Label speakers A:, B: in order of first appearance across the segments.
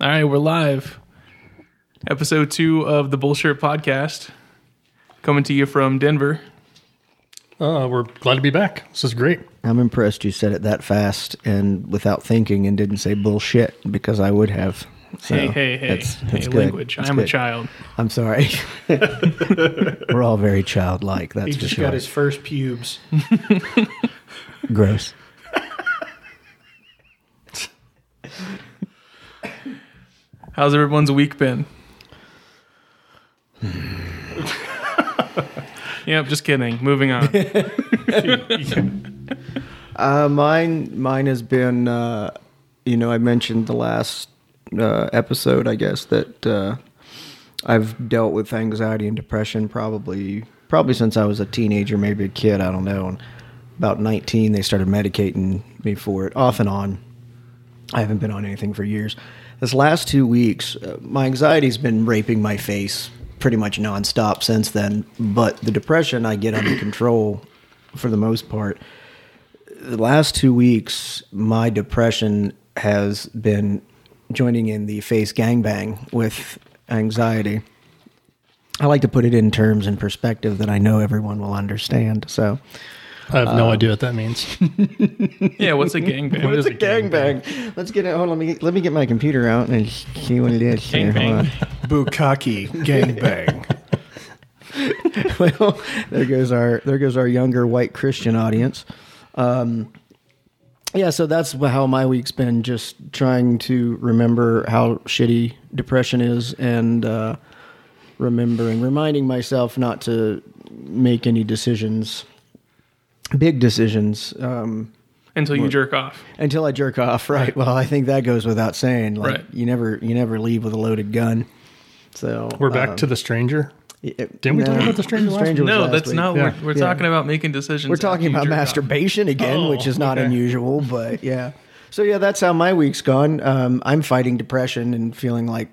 A: All right, we're live. Episode two of the Bullshirt Podcast, coming to you from Denver.
B: Uh, we're glad to be back. This is great.
C: I'm impressed you said it that fast and without thinking and didn't say bullshit because I would have. So
A: hey, hey, hey,
C: that's- that's
A: hey,
C: good.
A: language.
C: That's
A: I'm a
C: good.
A: child.
C: I'm sorry. We're all very childlike. That's
D: He
C: for
D: just
C: sure.
D: got his first pubes.
C: Gross.
A: How's everyone's week been? yep, just kidding. Moving on.
C: Uh, mine, mine has been. Uh, you know, I mentioned the last uh, episode, I guess that uh, I've dealt with anxiety and depression probably probably since I was a teenager, maybe a kid. I don't know. And about 19, they started medicating me for it, off and on. I haven't been on anything for years. This last two weeks, uh, my anxiety's been raping my face pretty much nonstop since then. But the depression, I get under control for the most part the last two weeks, my depression has been joining in the face gangbang with anxiety. I like to put it in terms and perspective that I know everyone will understand. So,
B: I have
D: Um,
B: no idea what that means.
A: yeah, what's a gangbang?
B: What is a
C: gangbang. Let's get it. Hold on. Let me, let me get my computer out and see what it is. here. Hold
A: Gangbang.
C: on.
D: Bukaki gangbang.
C: well, there goes our there goes our younger white Christian audience. Um, yeah, so that's how my week's been. Just trying to remember how shitty depression is, and uh, remembering, reminding myself not to make any decisions, big decisions, um,
A: Until you jerk off.
C: until I jerk off. Right. Well, I think that goes without saying. Like,
A: Right.
C: You never you never leave with a loaded gun. So uh,
B: We're back to
D: um,
B: the stranger.
C: Didn't
B: we talk about the stranger last week?
A: No, that's not.
B: Yeah.
A: We're, we're talking about making decisions.
C: We're talking
A: after
C: about
A: you jerk off.
C: masturbation again,
B: Oh,
C: which is not
B: okay.
C: unusual, but yeah. So yeah, that's how my week's gone. Um, I'm fighting depression and feeling like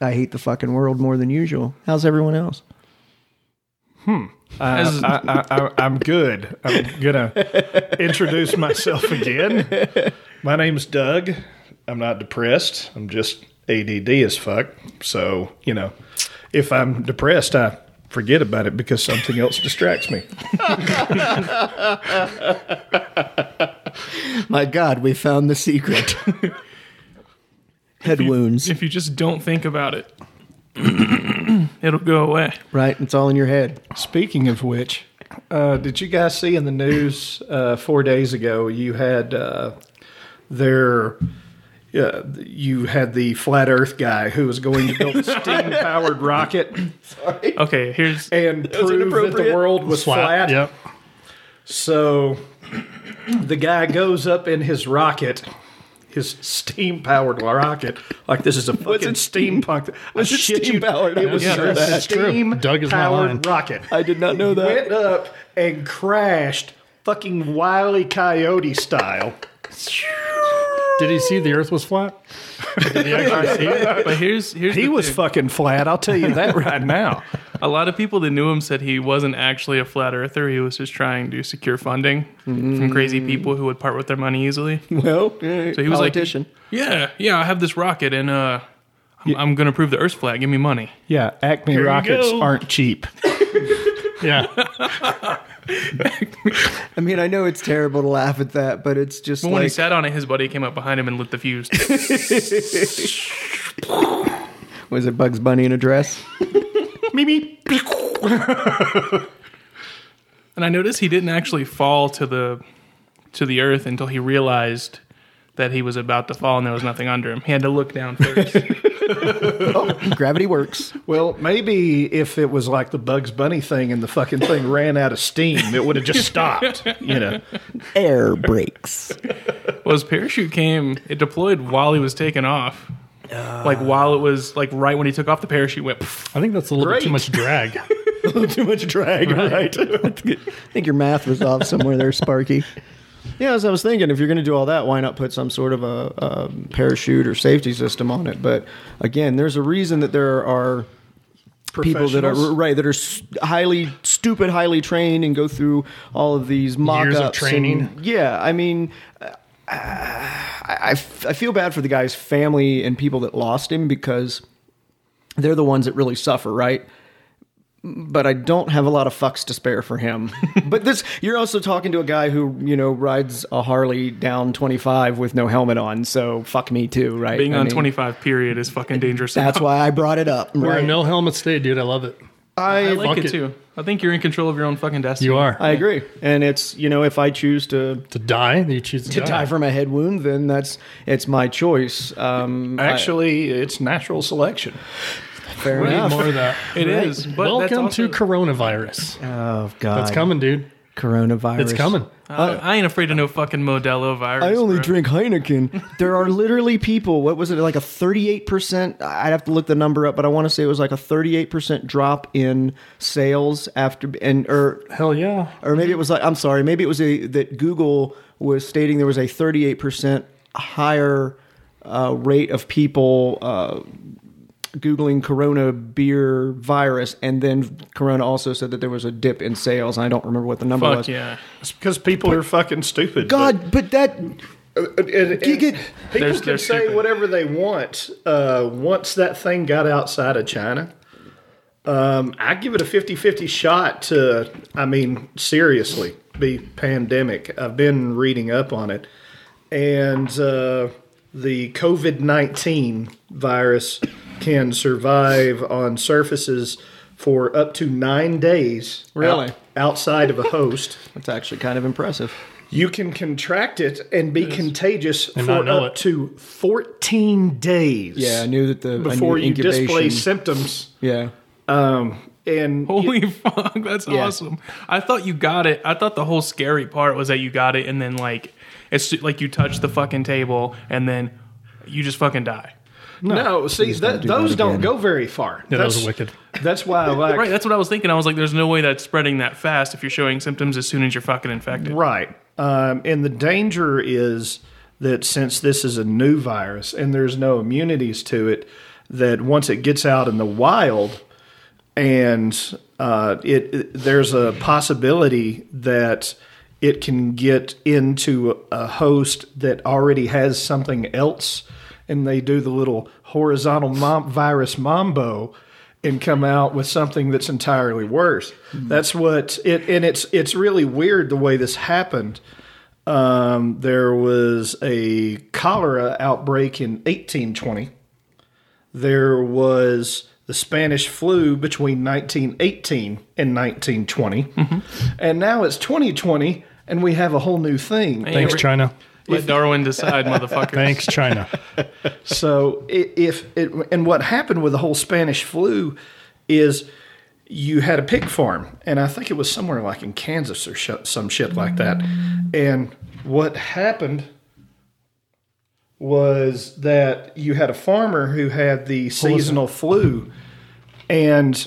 C: I hate the fucking world more than usual. How's everyone else?
A: As-
D: I, I, I, I'm good. I'm gonna introduce myself again. My name's Doug. I'm not depressed. I'm just ADD as fuck. So you know, if I'm depressed, I forget about it because something else distracts me.
C: My God, we found the secret. Head wounds,
A: if you just don't think about it, it'll go away.
C: right? It's all in your head.
D: Speaking of which, uh, did you guys see in the news uh, four days ago? You had uh, their. Uh, you had the flat Earth guy who was going to build a steam-powered rocket
A: Okay, here's
D: and prove that the
C: inappropriate.
D: world was flat.
B: Yep.
D: So the guy goes up in his rocket, his steam-powered rocket, like this is a fucking steampunk. Was
C: it steam-powered? I
D: It was
B: wasn't sure
D: a
B: of that. It's true. Doug is not lying.
D: steam-powered rocket.
C: I did not know that.
D: went up and crashed fucking wily coyote style
B: Did he see the Earth was flat? Did he actually see it?
A: but here's here's
D: he
A: the
D: was
A: thing.
D: fucking flat i'll tell you that right now
A: a lot of people that knew him said he wasn't actually a flat earther. He was just trying to secure funding from crazy people who would part with their money easily.
C: Well, yeah,
A: So he was like-
C: politician.
A: Yeah, yeah, I have this rocket and uh, I'm, I'm gonna prove the Earth's flat. Give me money.
D: yeah acme
A: you
D: rockets
A: go.
D: aren't cheap
B: Yeah.
C: I mean, I know it's terrible to laugh at that, but it's just
A: But when he
C: like
A: sat on it, his buddy came up behind him and lit the fuse.
C: was it Bugs Bunny in a dress?
D: Mimi.
A: and I noticed he didn't actually fall to the to the earth until he realized that he was about to fall and there was nothing under him. He had to look down first.
C: Gravity works.
D: well maybe if it was like the bugs bunny thing and the fucking thing ran out of steam it would have just stopped you know
C: Air brakes.
A: Well, his parachute came. It deployed while he was taking off. like while it was like right when he took off, the parachute went. pff.
B: I think that's a little bit too
D: Great.
B: much drag.
D: too much drag right,
C: I think your math was off somewhere there, Sparky. Yeah, as I was thinking, if you're going to do all that, why not put some sort of a, a parachute or safety system on it? But again, there's a reason that there are people that are
D: Professionals.
C: right that are s- highly stupid, highly trained, and go through all of these mock-ups
B: of
C: and-
B: training.
C: yeah, I mean, uh, I, I f- I feel bad for the guy's family and people that lost him because they're the ones that really suffer, right? But I don't have a lot of fucks to spare for him. but this, you're also talking to a guy who, you know, rides a Harley down 25 with no helmet on. So fuck me too, right?
A: Being
C: I
A: on
C: mean,
A: 25 period is fucking dangerous.
C: That's why I brought it up.
B: We're a
C: Right?
B: no helmet state, dude. I love it.
A: I
C: I,
A: like
B: fuck
A: it,
B: it.
A: too. I think you're in control of your own fucking destiny.
B: You are
C: I agree. And it's, you know, if I choose to
B: to die. You choose to,
C: to die from a head wound, then that's it's my choice. Um,
D: Actually, it's natural selection.
C: fair
B: We need
C: enough.
B: more of that.
A: It is. But
B: Welcome
A: that's also,
B: to coronavirus.
C: Oh God,
B: That's coming, dude.
C: Coronavirus.
B: It's coming.
A: I, I ain't afraid of no fucking Modelo virus.
C: I only
A: bro.
C: drink Heineken. There are literally people. What was it like a thirty-eight percent? I'd have to look the number up, but I want to say it was like a thirty-eight percent drop in sales after and or
B: Hell yeah.
C: or maybe it was like I'm sorry, maybe it was a that Google was stating there was a 38 percent higher uh, rate of people uh, googling Corona beer virus, and then Corona also said that there was a dip in sales. I don't remember what the number
A: Fuck
C: was.
A: yeah.
D: It's because people are fucking stupid.
C: God, but that
D: but- and- and-
C: Gig it.
D: people
A: They're-
D: can
A: they're
D: say
A: stupid.
D: whatever they want. Uh, once that thing got outside of China, um, I give it a 50-50 shot to. I mean, seriously, be pandemic. I've been reading up on it, and uh, the COVID nineteen virus can survive on surfaces for up to nine days.
C: Really?
D: out- outside of a host.
C: that's actually kind of impressive.
D: You can contract it and be contagious
B: not
D: for
B: know
D: up
B: it.
D: to 14 days.
C: Yeah, I knew that the I knew
D: Before you
C: incubation.
D: display symptoms.
C: yeah.
D: Um, and
A: Holy fuck, that's
C: Yeah.
A: awesome. I thought you got it. I thought the whole scary part was that you got it and then like it's ju- like you touch the fucking table and then you just fucking die.
D: no, see, that,
C: do
D: those
C: that
D: don't
C: again.
D: go very far.
B: Yeah, that was wicked.
D: That's why I like.
A: Right, that's what I was thinking. I was like, there's no way that's spreading that fast if you're showing symptoms as soon as you're fucking infected.
D: Right. Um, and the danger is that since this is a new virus and there's no immunities to it, that once it gets out in the wild, and uh, it, it- there's a possibility that it can get into a host that already has something else, and they do the little horizontal mom- virus mambo and come out with something that's entirely worse. That's what it, and it's it's really weird the way this happened. Um, there was a cholera outbreak in 1820 there was the Spanish flu between 1918 and 1920. And now it's 2020 and we have a whole new thing.
B: Thanks, China.
A: Let Darwin decide, motherfucker.
B: Thanks, China.
D: So i- if it, and what happened with the whole Spanish flu is you had a pig farm, and I think it was somewhere like in Kansas or sh- some shit like that. And what happened was that you had a farmer who had the seasonal flu, and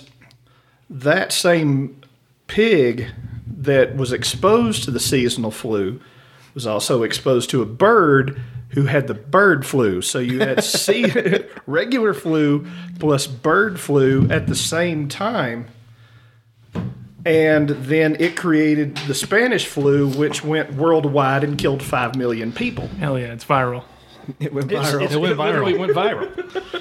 D: that same pig that was exposed to the seasonal flu was also exposed to a bird who had the bird flu. So you had sea- regular flu plus bird flu at the same time. And then it created the Spanish flu, which went worldwide and killed 5 million people.
A: Hell yeah, it's viral.
C: It went
D: It's-
C: viral.
D: it's-
B: It went
D: literally
B: viral.
D: went viral.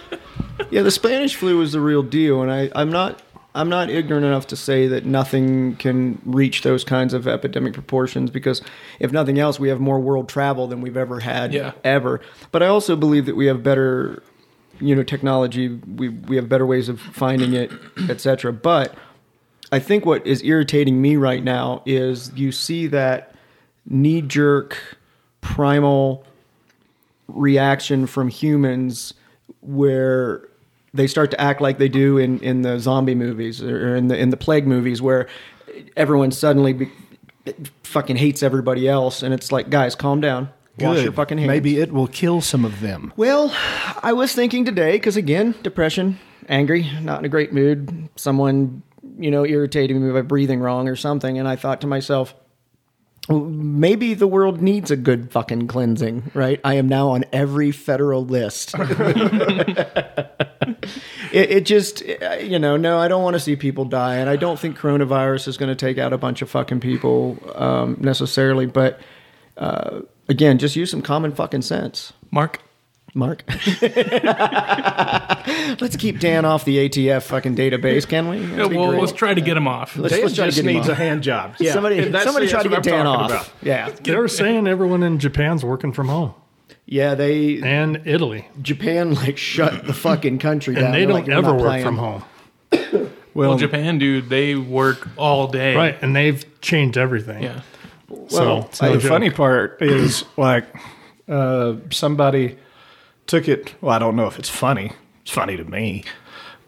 C: Yeah, the Spanish flu was the real deal, and I, I'm not I'm not ignorant enough to say that nothing can reach those kinds of epidemic proportions because if nothing else, we have more world travel than we've ever had
A: Yeah.
C: ever. But I also believe that we have better you know technology, we we have better ways of finding it, etc. But I think what is irritating me right now is you see that knee jerk primal reaction from humans where they start to act like they do in, in the zombie movies or in the in the plague movies where everyone suddenly be, fucking hates everybody else and it's like guys calm down wash your fucking hands
D: it will kill some of them.
C: well, I was thinking today because again, depression, angry, not in a great mood, someone you know irritating me by breathing wrong or something, and I thought to myself, "Well, maybe the world needs a good fucking cleansing, right? I am now on every federal list. it, it just, uh, you know, no, I don't want to see people die, and I don't think coronavirus is going to take out a bunch of fucking people um, necessarily, but again, just use some common fucking sense.
A: Mark,
C: Mark. Let's keep Dan off the ATF fucking database, can we? That'd be
A: well,
C: great.
A: let's try to get him off.
C: Let's-
D: Dan
C: let's try to
D: just
C: get him
D: needs a
C: off.
D: hand job. Yeah,
C: somebody,
D: that's-
C: somebody try
D: that's
C: to get
D: what
C: Dan
D: I'm talking
C: off.
D: about.
C: Yeah,
B: They're saying everyone in Japan's working from home
C: yeah. They
B: and Italy,
C: Japan like shut the fucking country down.
B: and they
C: They're
B: don't
C: like, "You're
B: ever
C: not
B: work
C: playing."
B: from home,
A: well, Japan, dude, they work all day.
B: right? And they've changed everything.
A: Yeah.
B: so
C: Well,
B: it's no
D: the
B: joke.
D: funny part is like uh, somebody took it. Well, I don't know if it's funny. It's funny to me,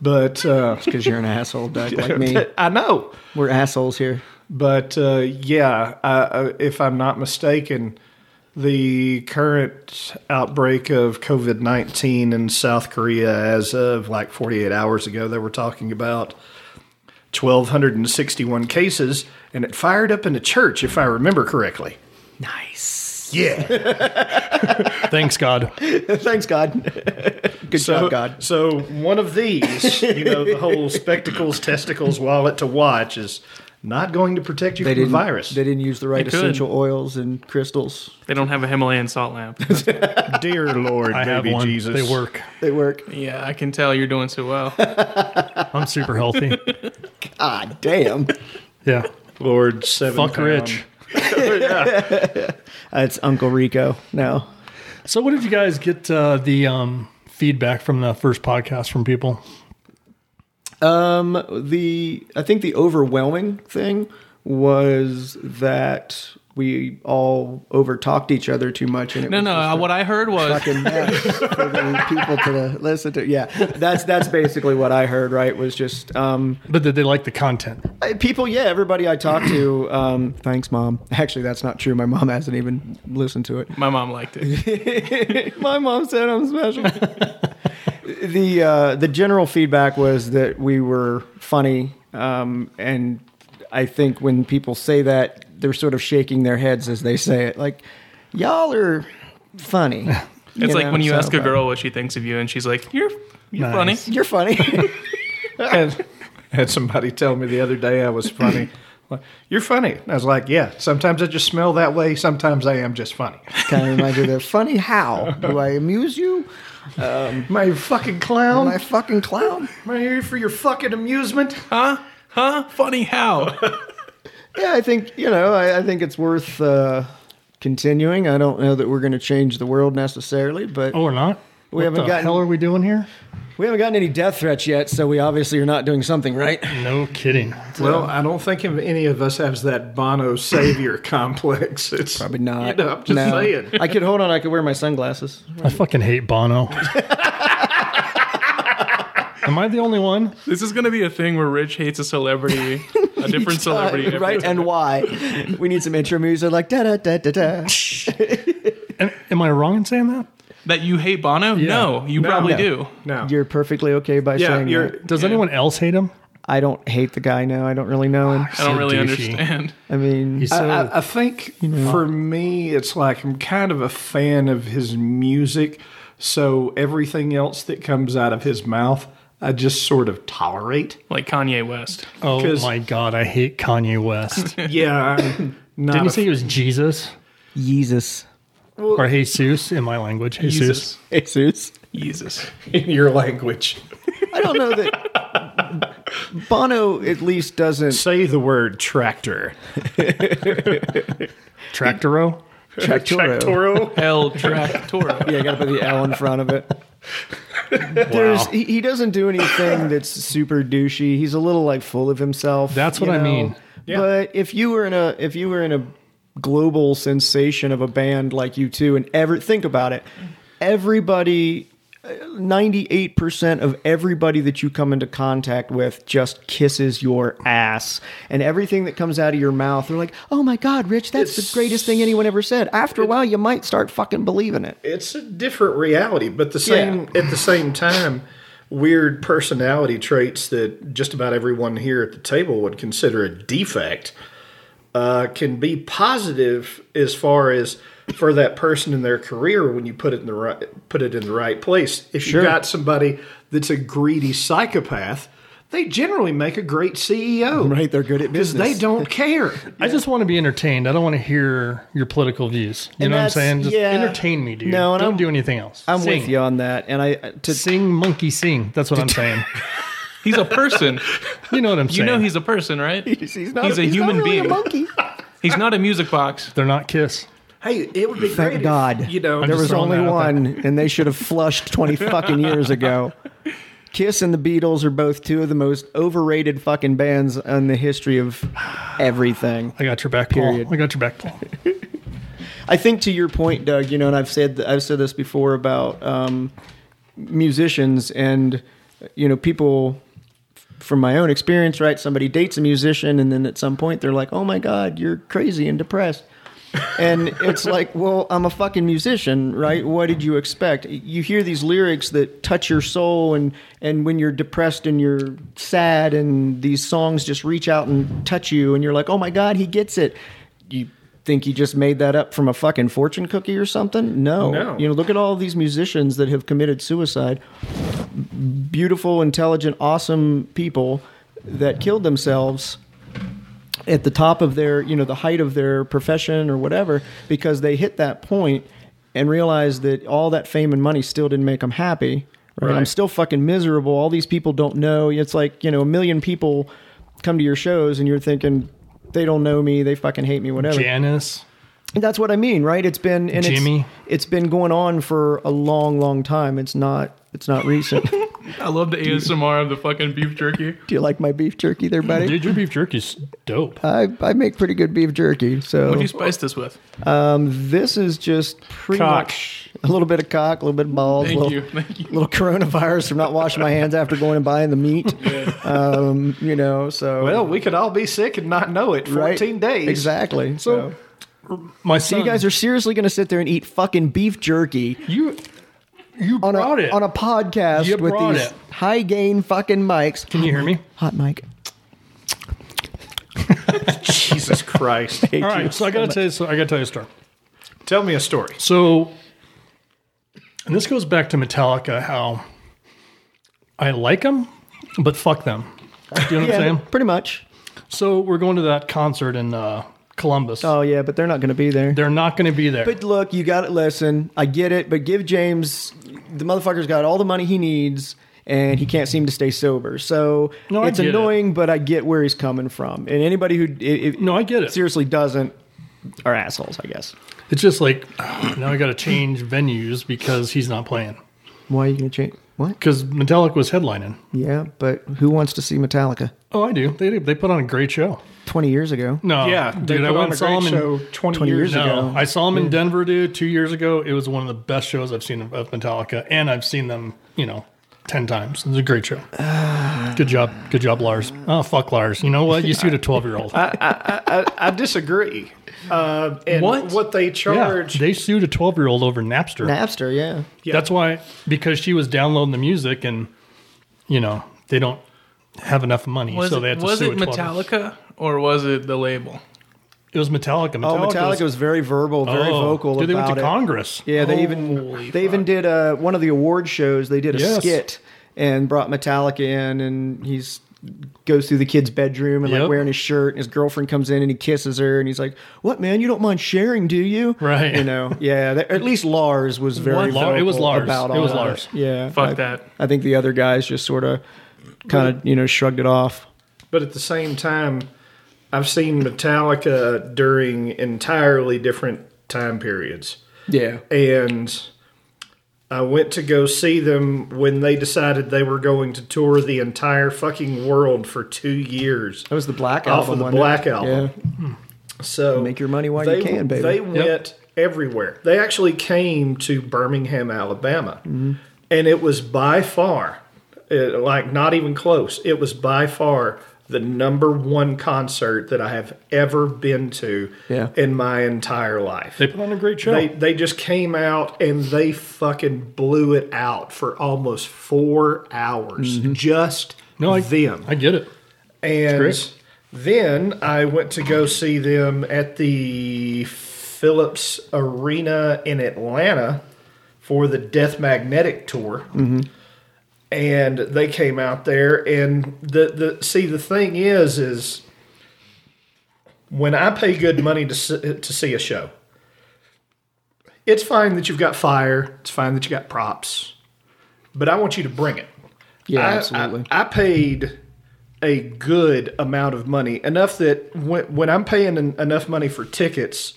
D: but uh,
C: because you're an asshole, Doug, like me.
D: I know.
C: We're assholes here.
D: But uh, yeah, I, I, if I'm not mistaken, the current outbreak of COVID 19 in South Korea, as of like 48 hours ago, they were talking about 1,261 cases, and it fired up in a church, if I remember correctly.
C: Nice.
D: Yeah.
B: Thanks God.
C: Thanks, God. Good
D: so,
C: job, God.
D: so one of these, you know, the whole spectacles, testicles, wallet to watch is not going to protect you
C: They
D: from the
C: didn't.
D: virus.
C: They didn't use the right
A: They could.
C: essential oils and crystals.
A: They don't have a Himalayan salt lamp.
D: Dear Lord,
B: I have
D: baby
B: one.
D: Jesus.
B: They work.
C: They work.
A: yeah, I can tell you're doing so well.
B: I'm super healthy.
C: Ah, damn.
B: Yeah.
D: Lord, seven
B: Fuck
D: pound.
B: rich.
C: Uh, it's Uncle Rico now.
B: So, what did you guys get uh, the um, feedback from the first podcast from people?
C: Um, the I think the overwhelming thing was that we all over talked each other too much, and it
A: No,
C: was
A: no.
C: just
A: uh,
C: a
A: What I heard was
C: fucking mess for the people to listen to. Yeah, that's that's basically what I heard. Right, was just um,
B: But did they like the content?
C: I- people. Yeah, everybody I talked to. Um, thanks, mom. Actually, that's not true. My mom hasn't even listened to it.
A: my mom liked it.
C: My mom said I'm special. the uh, the general feedback was that we were funny, um, and I think when people say that, they're sort of shaking their heads as they say it, like y'all are funny.
A: It's like when you ask a
C: girl.
A: girl what she thinks of you, and she's like, "You're you're funny."
B: Nice.
C: You're funny.
D: and had somebody tell me the other day I was funny. Like, You're funny. I was like, yeah. Sometimes I just smell that way. Sometimes I am just funny.
C: kind of reminds me of the funny how. Do I amuse you?
D: My fucking clown.
C: Am I a fucking clown?
D: Am I here for your fucking amusement?
A: Huh? Huh? Funny how?
C: Yeah, I think, you know, I, I think it's worth uh, continuing. I don't know that we're going to change the world necessily, but
B: Oh, or not?
C: We
B: what
C: haven't
B: the
C: gotten-
B: hell are we doing here?
C: we haven't gotten any death threats yet, so we obviously are not doing something right.
B: No kidding.
D: Well, I don't think any of us has that Bono savior complex. It's
C: Probably not.
D: You know, I'm just
C: No.
D: saying.
C: I could hold on. I could wear my sunglasses.
B: I fucking hate Bono. Am I the only one?
A: This is gonna be a thing where Rich hates a celebrity, a different celebrity, every
C: Uh, right?
A: time.
C: And why? We need some intro music like da da da da da.
B: Am, am I wrong in saying that?
A: that you hate Bono? No, you probably
D: No.
A: do.
D: No.
C: You're perfectly okay by
D: yeah.
C: saying
D: You're.
C: that.
B: Does
A: Yeah.
B: anyone else hate him?
C: I don't hate the guy now. I don't really know him.
A: I don't
B: So
A: really
B: douchey.
A: understand.
C: I mean, uh,
B: He's so
D: I, I- I think for me, it's like I'm kind of a fan of his music. So everything else that comes out of his mouth, I just sort of tolerate.
A: Like Kanye West.
B: oh
D: 'cause-
B: my god, I hate Kanye West. Didn't
D: Yeah. I'm not
B: you
D: a-
B: say he was Jesus
C: Jesus.
B: or Jesus in my language? Jesus.
A: Jesus.
C: Jesus.
A: Jesus.
D: in your language.
C: I don't know that Bono at least doesn't
D: Say the word tractor.
B: Tractoro.
C: Tractoro.
D: Toro.
A: El Tractoro.
C: Yeah, I got to put the L in front of it. There's
B: Wow.
C: he, he doesn't do anything that's super douchey. He's a little like full of himself.
B: That's what
C: you
B: I mean.
C: But if you were in a if you were in a global sensation of a band like you two and ever think about it, everybody 98% of everybody that you come into contact with just kisses your ass. And everything that comes out of your mouth, they're like, oh my God, Rich, that's the greatest thing anyone ever said. After a while, you might start fucking believing it.
D: It's a different reality, but the same at the same time, weird personality traits that just about everyone here at the table would consider a defect uh, can be positive as far as for that person in their career when you put it in the right put it in the right place. If you've got somebody that's a greedy psychopath, They generally make a great CEO
C: Right, they're good at
D: because
C: business.
D: they don't care.
B: I just want to be entertained. I don't want to hear your political views. You
C: And
B: know what I'm
C: that's-
B: saying? Just
C: yeah.
B: entertain me, dude.
C: No, and
B: don't
C: I'm-
B: do anything else.
C: I'm
B: Sing.
C: with you on that, and I uh, to
B: Sing, monkey, sing. That's what I'm saying.
A: He's a person.
B: You know what I'm saying?
A: You know he's a person, right?
C: he's not
A: He's a human
C: really
A: being.
C: a monkey.
A: He's not a music box.
B: They're not kiss.
D: Hey, it would be
C: Thank
D: great. if,
C: God.
D: you know,
C: there
B: just
C: was
B: throwing
C: only
B: that out
C: one, and they should have flushed 20 fucking years ago. Kiss and the Beatles are both two of the most overrated fucking bands in the history of everything.
B: I got your back,
C: Period.
B: Paul. I got your back, Paul.
C: I think to your point, Doug, you know, and I've said I've said this before about um, musicians and you know people from my own experience. Right, somebody dates a musician, and then at some point they're like, "Oh my god, you're crazy and depressed." and it's like, well, I'm a fucking musician, right? What did you expect? You hear these lyrics that touch your soul, and and when you're depressed and you're sad, and these songs just reach out and touch you, and you're like, oh my god, he gets it. You think he just made that up from a fucking fortune cookie or something? No,
D: No.
C: You know, look at all these musicians that have committed suicide. Beautiful, intelligent, awesome people that killed themselves at the top of their, you know, the height of their profession or whatever, because they hit that point and realized that all that fame and money still didn't make them happy. Right? I'm
D: Right.
C: still fucking miserable. All these people don't know. It's like, you know, a million people come to your shows and you're thinking, they don't know me. They fucking hate me, whatever.
B: Janice.
C: And That's what I mean, right? It's been, and it's-
B: Jimmy.
C: it's been going on for a long, long time. It's not, it's not recent.
A: I love the ASMR of the fucking beef jerky.
C: Do you like my beef jerky there, buddy?
B: Dude, your beef jerky's dope.
C: I, I make pretty good beef jerky. So
A: What do you spice this with?
C: This is just pretty
D: Cock.
C: much a little bit of cock, a little bit of balls,
A: Thank
C: little,
A: you. Thank you.
C: little coronavirus from not washing my hands after going and buying the meat. Um, you know, so
D: Well, we could all be sick and not know it.
C: right?
D: Fourteen days.
C: exactly. So,
B: My son,
C: you guys are seriously going to sit there and eat fucking beef jerky
B: you. You
C: on a
B: brought it.
C: on a podcast
B: You
C: with
B: brought
C: these
B: it.
C: high gain fucking mics?
B: Can you hear me?
C: Hot mic.
D: Jesus Christ.
B: All right, so I gotta tell you. So I gotta tell you a story.
D: Tell me a story.
B: So, and this goes back to Metallica. How I like them, but fuck them. Do you know what
C: Yeah,
B: I'm saying?
C: pretty much.
B: So we're going to that concert in uh, Columbus.
C: Oh yeah, but they're not going to be there.
B: They're not going to be there.
C: But look, you got to listen. I get it, but give James the motherfucker's got all the money he needs, and he can't seem to stay sober. So
B: No, I
C: it's
B: get it.
C: annoying, but I get where he's coming from. And anybody who i- i-
B: no, I get it.
C: seriously doesn't are assholes, I guess.
B: It's just like now I got to change venues because he's not playing.
C: Why are you going to change? What?
B: Because Metallica was headlining.
C: Yeah, but who wants to see Metallica?
B: Oh, I do. They they put on a great show.
C: Twenty years ago,
B: No,
D: yeah, they
B: dude, I went
D: put on
B: and
D: a
B: saw
D: great
B: him. in-
D: show twenty,
C: 20
D: years
C: years
D: ago.
C: ago.
B: No, I saw him in Denver, dude, two years ago. It was one of the best shows I've seen of, of Metallica, and I've seen them, you know, ten times. It was a great show. good job, good job, Lars. Oh fuck, Lars. You know what? You suit a twelve-year-old.
C: Uh,
D: I, I disagree. Uh, and
A: What?
D: what? they
B: Yeah,
D: charge?
B: they sued a twelve-year-old over Napster.
C: Napster. Yeah,
B: That's why because she was downloading the music, and you know they don't have enough money,
A: Was
B: so
A: it,
B: they had to
A: was
B: sue
A: it
B: a 12-year-old.
A: Metallica or was it the label?
B: It was Metallica. Metallica
C: oh, Metallica was,
B: was
C: very verbal, very
B: oh,
C: vocal
B: Dude, they
C: about
B: went to
C: it.
B: Congress. Oh.
C: Yeah, they even they even did uh one of the award shows. They did a
B: Yes.
C: skit and brought Metallica in, and he's goes through the kid's bedroom and
B: Yep.
C: like wearing his shirt. And his girlfriend comes in and he kisses her, and he's like, "What man? You don't mind sharing, do you?"
B: Right.
C: You know. Yeah. That, at least Lars was very.
B: What? Lar- it was
C: vocal
B: Lars.
C: About
B: It
C: all
B: was
C: that.
B: Lars.
C: Yeah.
A: Fuck
C: I,
A: that.
C: I think the other guys just sort of, kind of, you know, shrugged it off.
D: But at the same time, I've seen Metallica during entirely different time periods.
C: Yeah.
D: And I went to go see them when they decided they were going to tour the entire fucking world for two years.
C: That was the Black
D: Off
C: Album.
D: of the
C: wasn't it?
D: Black Album.
C: Yeah.
D: So
C: Make your money while
D: they,
C: you can, baby.
D: They went everywhere. They actually came to Birmingham, Alabama,
C: Mm-hmm.
D: and it was by far, it, like not even close. It was by far the number one concert that I have ever been to
C: Yeah.
D: in my entire life.
B: They put on a great show.
D: They they just came out and they fucking blew it out for almost four hours. Just
B: Mm-hmm. no, I,
D: them.
B: I get it.
D: And
B: great.
D: then I went to go see them at the Phillips Arena in Atlanta for the Death Magnetic tour. and they came out there and the, the see the thing is is when I pay good money to se- to see a show, it's fine that you've got fire, it's fine that you got props, but I want you to bring it.
C: Yeah,
D: I,
C: absolutely.
D: I, I paid a good amount of money, enough that when, when I'm paying en- enough money for tickets,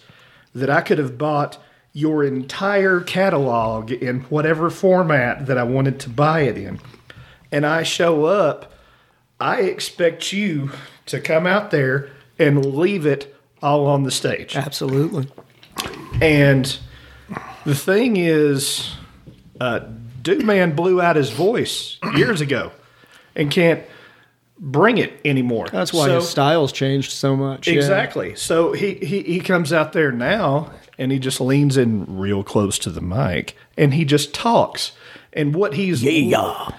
D: that I could have bought your entire catalog in whatever format that I wanted to buy it in. And I show up, I expect you to come out there and leave it all on the stage.
C: Absolutely.
D: And the thing is, uh, Dude Man blew out his voice years ago and can't bring it anymore.
C: That's why
D: So-
C: his style's changed so much. yeah.
D: Exactly. So he, he, he comes out there now and he just leans in real close to the mic and he just talks. And what he's yeah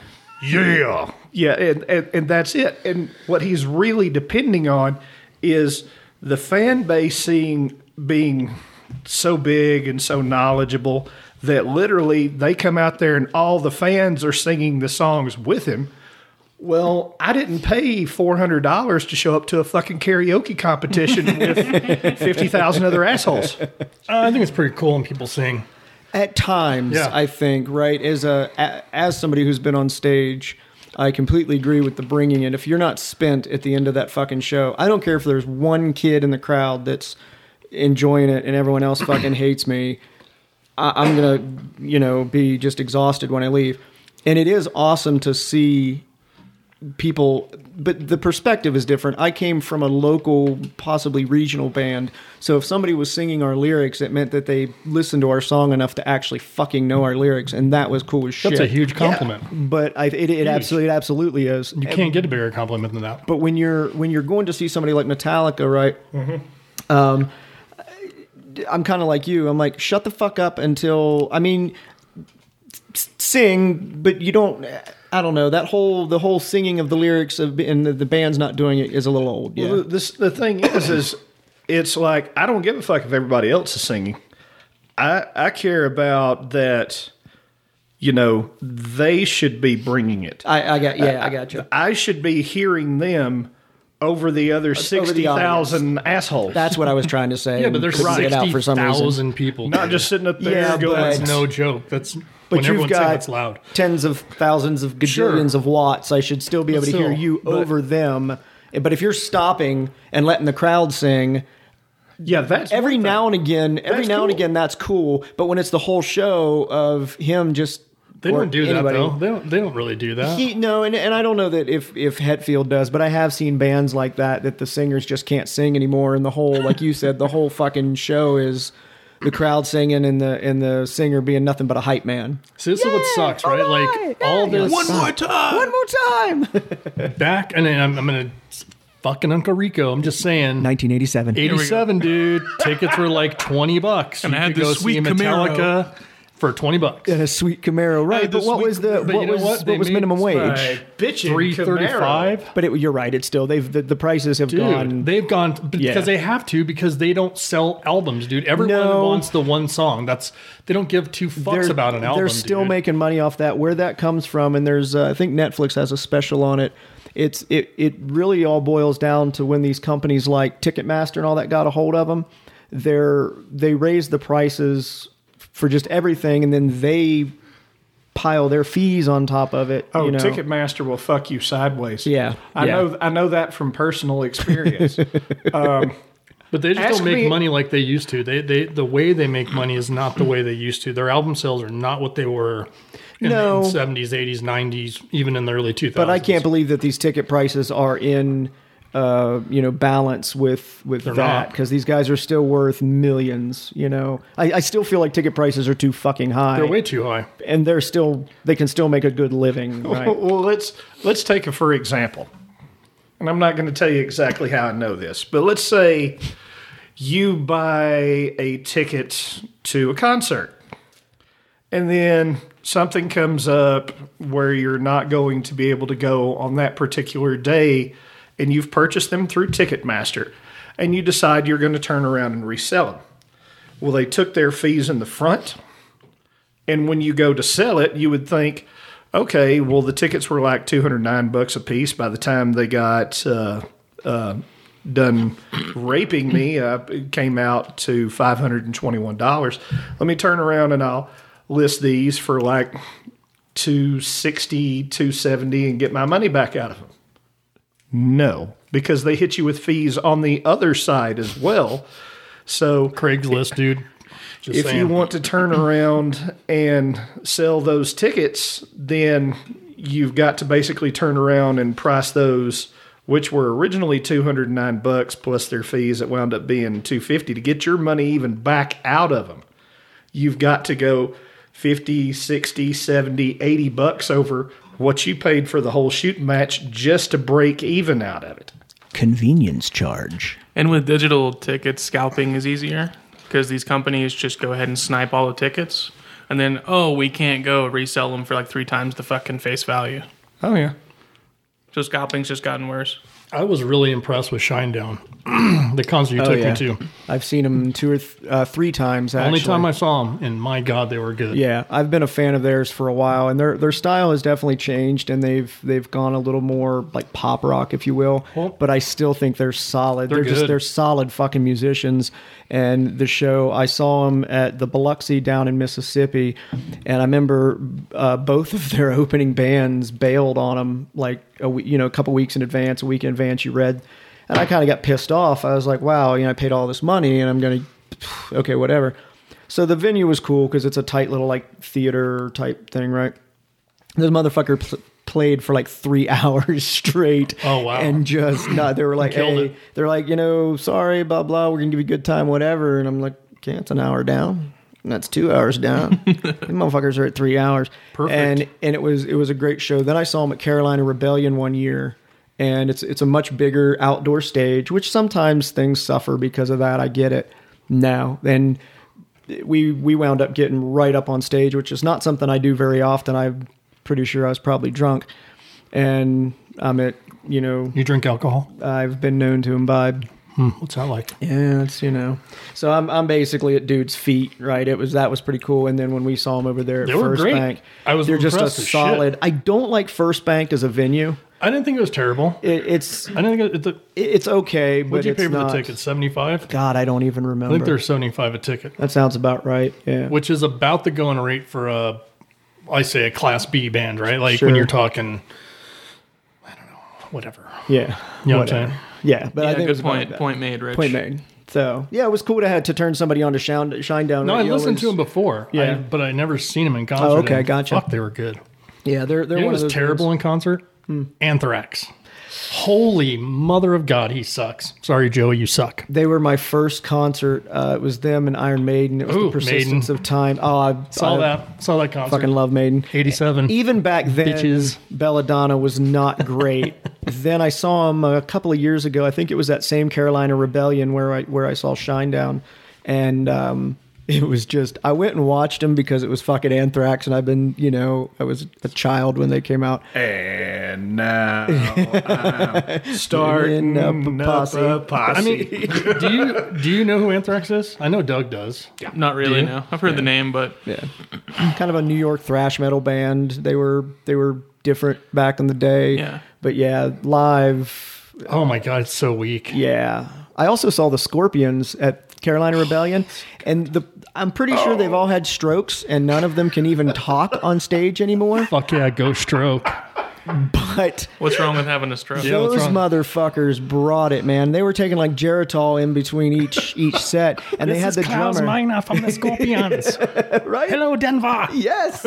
D: yeah yeah and, and and that's it. And what he's really depending on is the fan base seeing being so big and so knowledgeable that literally they come out there and all the fans are singing the songs with him. Well, I didn't pay four hundred dollars to show up to a fucking karaoke competition with fifty thousand other assholes.
B: I think it's pretty cool when people sing.
C: At times,
B: Yeah.
C: I think right as a, a as somebody who's been on stage, I completely agree with the bringing it. If you're not spent at the end of that fucking show, I don't care if there's one kid in the crowd that's enjoying it and everyone else fucking hates me. I, I'm gonna, you know, be just exhausted when I leave. And it is awesome to see people but the perspective is different i came from a local possibly regional band so if somebody was singing our lyrics it meant that they listened to our song enough to actually fucking know our lyrics and that was cool as shit
B: That's a huge compliment.
C: but I, it, it absolutely it absolutely is
B: You can't get a bigger compliment than that.
C: but when you're when you're going to see somebody like metallica right
B: Mm-hmm.
C: um, i'm kind of like you i'm like shut the fuck up until i mean s- sing but you don't i don't know that whole the whole singing of the lyrics of and the, the band's not doing it is a little old yeah
D: Well, the, this, the thing is, is it's like I don't give a fuck if everybody else is singing. I I care about that. You know, they should be bringing it.
C: I, I got yeah i got you
D: I should be hearing them over the other sixty thousand assholes.
C: that's what i was trying to say
B: Yeah, but there's
C: couldn't get out for some reason
B: 60,000 people.
D: not just sitting up there
C: Yeah,
D: going.
C: but-
B: That's no joke. That's
C: but
B: when
C: you've
B: everyone
C: got
B: says it's loud.
C: tens of thousands of gajillions of watts. I should still be able
B: But
C: to hear
B: still,
C: you over them. But if you're stopping and letting the crowd sing,
D: Yeah, that's
C: every
D: one thing.
C: now and again, every
D: That's
C: now and
D: cool.
C: again, that's cool. But when it's the whole show of him just
B: They
C: or
B: don't do that
C: anybody-
B: though. They don't. They don't really do that.
C: He, no, and, and I don't know that if if Hetfield does, but I have seen bands like that that the singers just can't sing anymore, and the whole, like you said, the whole fucking show is the crowd singing and the and the singer being nothing but a hype man.
B: See, this is what sucks, right? Like all this
A: One more time.
C: One more time.
B: back, and then I'm, I'm gonna fucking Uncle Rico. I'm just saying.
C: 1987.
A: we go.
B: 87, dude. Tickets were like 20 bucks.
A: And
B: you
A: I had
B: could go
A: this sweet
B: see Metallica
A: Camaro.
B: for 20 bucks.
C: and a sweet Camaro, right?
A: Hey,
C: but
A: the
C: what
A: sweet
C: was the
A: Camaro-
B: But
C: what
B: you know
C: was
B: what?
C: what,
B: They
C: was
B: made
C: minimum wage?
D: Hey, bitching Camaro.
B: 335
C: But it, you're right. It's still they've the, the prices have
B: Dude,
C: gone.
B: they've gone because
C: Yeah.
B: they have to because they don't sell albums, dude. Everyone
C: No.
B: wants the one song. That's they don't give two fucks
C: they're-
B: about an album.
C: They're still
B: dude.
C: making money off that. Where that comes from, and there's uh, I think Netflix has a special on it. It's it it really all boils down to when these companies like Ticketmaster and all that got a hold of them. They're they raise the prices for just everything, and then they pile their fees on top of it.
D: Oh,
C: you know?
D: Ticketmaster will fuck you sideways.
C: Yeah,
D: I
C: yeah.
D: know. I know that from personal experience.
B: But they just
D: Ask
B: don't make
D: me-
B: money like they used to. They they the way they make money is not the way they used to. Their album sales are not what they were in
C: No.
B: the seventies, eighties, nineties, even in the early two thousands.
C: But I can't believe that these ticket prices are in, uh, you know, balance with with that
B: not.
C: because these guys are still worth millions. You know, I, I still feel like ticket prices are too fucking high,
B: They're way too high.
C: and they're still they can still make a good living. Right?
D: Well, let's let's take a for example, and I'm not going to tell you exactly how I know this, but let's say you buy a ticket to a concert, and then something comes up where you're not going to be able to go on that particular day, and you've purchased them through Ticketmaster, and you decide you're going to turn around and resell them. Well, they took their fees in the front. And when you go to sell it, you would think, okay, well, the tickets were like 209 bucks a piece. By the time they got uh, uh, done raping me, uh, it came out to $521. Let me turn around and I'll list these for like 260 270 and get my money back out of them. No, because they hit you with fees on the other side as well. So
B: Craigslist, dude. Just
D: if you
B: saying.
D: want to turn around and sell those tickets, then you've got to basically turn around and price those, which were originally two hundred and nine bucks plus their fees. It wound up being two fifty to get your money even back out of them. You've got to go 50, 60, 70, 80 bucks over what you paid for the whole shoot match just to break even out of it.
E: Convenience charge.
A: And with digital tickets, scalping is easier because these companies just go ahead and snipe all the tickets, and then oh, we can't go resell them for like three times the fucking face value.
D: Oh yeah.
A: So scalping's just gotten worse.
B: I was really impressed with Shinedown, the concert you
C: Oh,
B: took me to.
C: I've seen him two or th- uh, three times. Actually.
B: Only time I saw them, and my God, they were good.
C: Yeah, I've been a fan of theirs for a while, and their their style has definitely changed, and they've they've gone a little more like pop rock, if you will. but I still think they're solid. They're, just
B: good.
C: they're solid fucking musicians. And the show I saw them at the Biloxi down in Mississippi, and I remember uh, both of their opening bands bailed on them like a we- you know a couple weeks in advance, a week in advance. You read, and I kind of got pissed off. I was like, wow, you know, I paid all this money, and I'm gonna okay, whatever. So the venue was cool because it's a tight little like theater type thing, right? This motherfucker pl- played for like three hours straight.
B: Oh, wow.
C: And just not. They were like,
B: Killed
C: hey,
B: it.
C: they're like, you know, sorry, blah blah. We're gonna give you a good time, whatever. And I'm like, okay, it's an hour down. And that's two hours down. These motherfuckers are at three hours.
B: Perfect.
C: And and it was it was a great show. Then I saw him at Carolina Rebellion one year, and it's it's a much bigger outdoor stage, which sometimes things suffer because of that. I get it now. And we we wound up getting right up on stage, which is not something I do very often. I'm pretty sure I was probably drunk, and I'm at you know
B: You drink alcohol?
C: I've been known to imbibe.
B: Hmm, what's that like?
C: Yeah, it's you know. So I'm I'm basically at dude's feet, right? It was that was pretty cool. And then when we saw him over there at
B: They were
C: First
B: great.
C: Bank,
B: I was
C: they're just a
B: impressed as shit.
C: solid. I don't like First Bank as a venue.
B: I didn't think it was terrible.
C: It, it's
B: I didn't think it. it
C: it's okay, but
B: what'd you
C: it's
B: pay for
C: not.
B: the ticket? Seventy five.
C: God, I don't even
B: I think
C: remember.
B: they're seventy five a ticket,
C: that sounds about right. Yeah.
B: which is about the going rate for a, I say a class B band, right? Like
C: Sure.
B: when you're talking, I don't know, whatever.
C: Yeah.
B: You know what
C: Whatever.
B: I'm saying?
C: Yeah, but I
A: Yeah,
C: think it
A: good
C: was about
A: point.
C: that.
A: Point made, Rich.
C: Point made. So yeah, it was cool to have, to turn somebody on to shine, shine down.
B: No, I
C: Radio
B: listened
C: was-
B: to them before. I-
C: Yeah. Oh,
B: but I never seen them in concert.
C: okay,
B: and
C: gotcha.
B: Fuck, they were good.
C: Yeah, they're they're
B: You know who
C: one of
B: was
C: those Hmm.
B: terrible in concert? Anthrax. Holy mother of God, he sucks. Sorry, Joey, you suck.
C: They were my first concert. Uh, it was them and Iron Maiden. It was
B: Ooh,
C: the persistence
B: Maiden.
C: of time. Oh, I
B: Saw
C: I
B: that. Saw that concert.
C: Fucking love Maiden.
B: 87.
C: Even back then,
B: Bitches.
C: Belladonna was not great. then I saw him a couple of years ago. I think it was that same Carolina Rebellion where I where I saw Shinedown, and um, it was just I went and watched him because it was fucking Anthrax, and I've been you know I was a child when they came out.
D: And now I'm starting
C: Starting up a
D: up a
C: posse.
D: posse.
B: I mean, do you do you know who Anthrax is? I know Doug does.
A: Not really. No, I've heard the name, but
C: Yeah, kind of a New York thrash metal band. They were they were different back in the day.
A: Yeah.
C: but yeah, live
B: Oh my God, it's so weak.
C: Yeah. I also saw the Scorpions at Carolina Rebellion, and the I'm pretty sure they've all had strokes, and none of them can even talk on stage anymore.
B: Fuck yeah, go stroke.
C: But
A: what's wrong with having a stroke?
B: Yeah. what's
C: those
B: wrong?
C: motherfuckers brought it, man. They were taking like Geritol in between each each set, and they had the drummer
B: from the Scorpions.
C: right.
B: Denver.
C: Yes.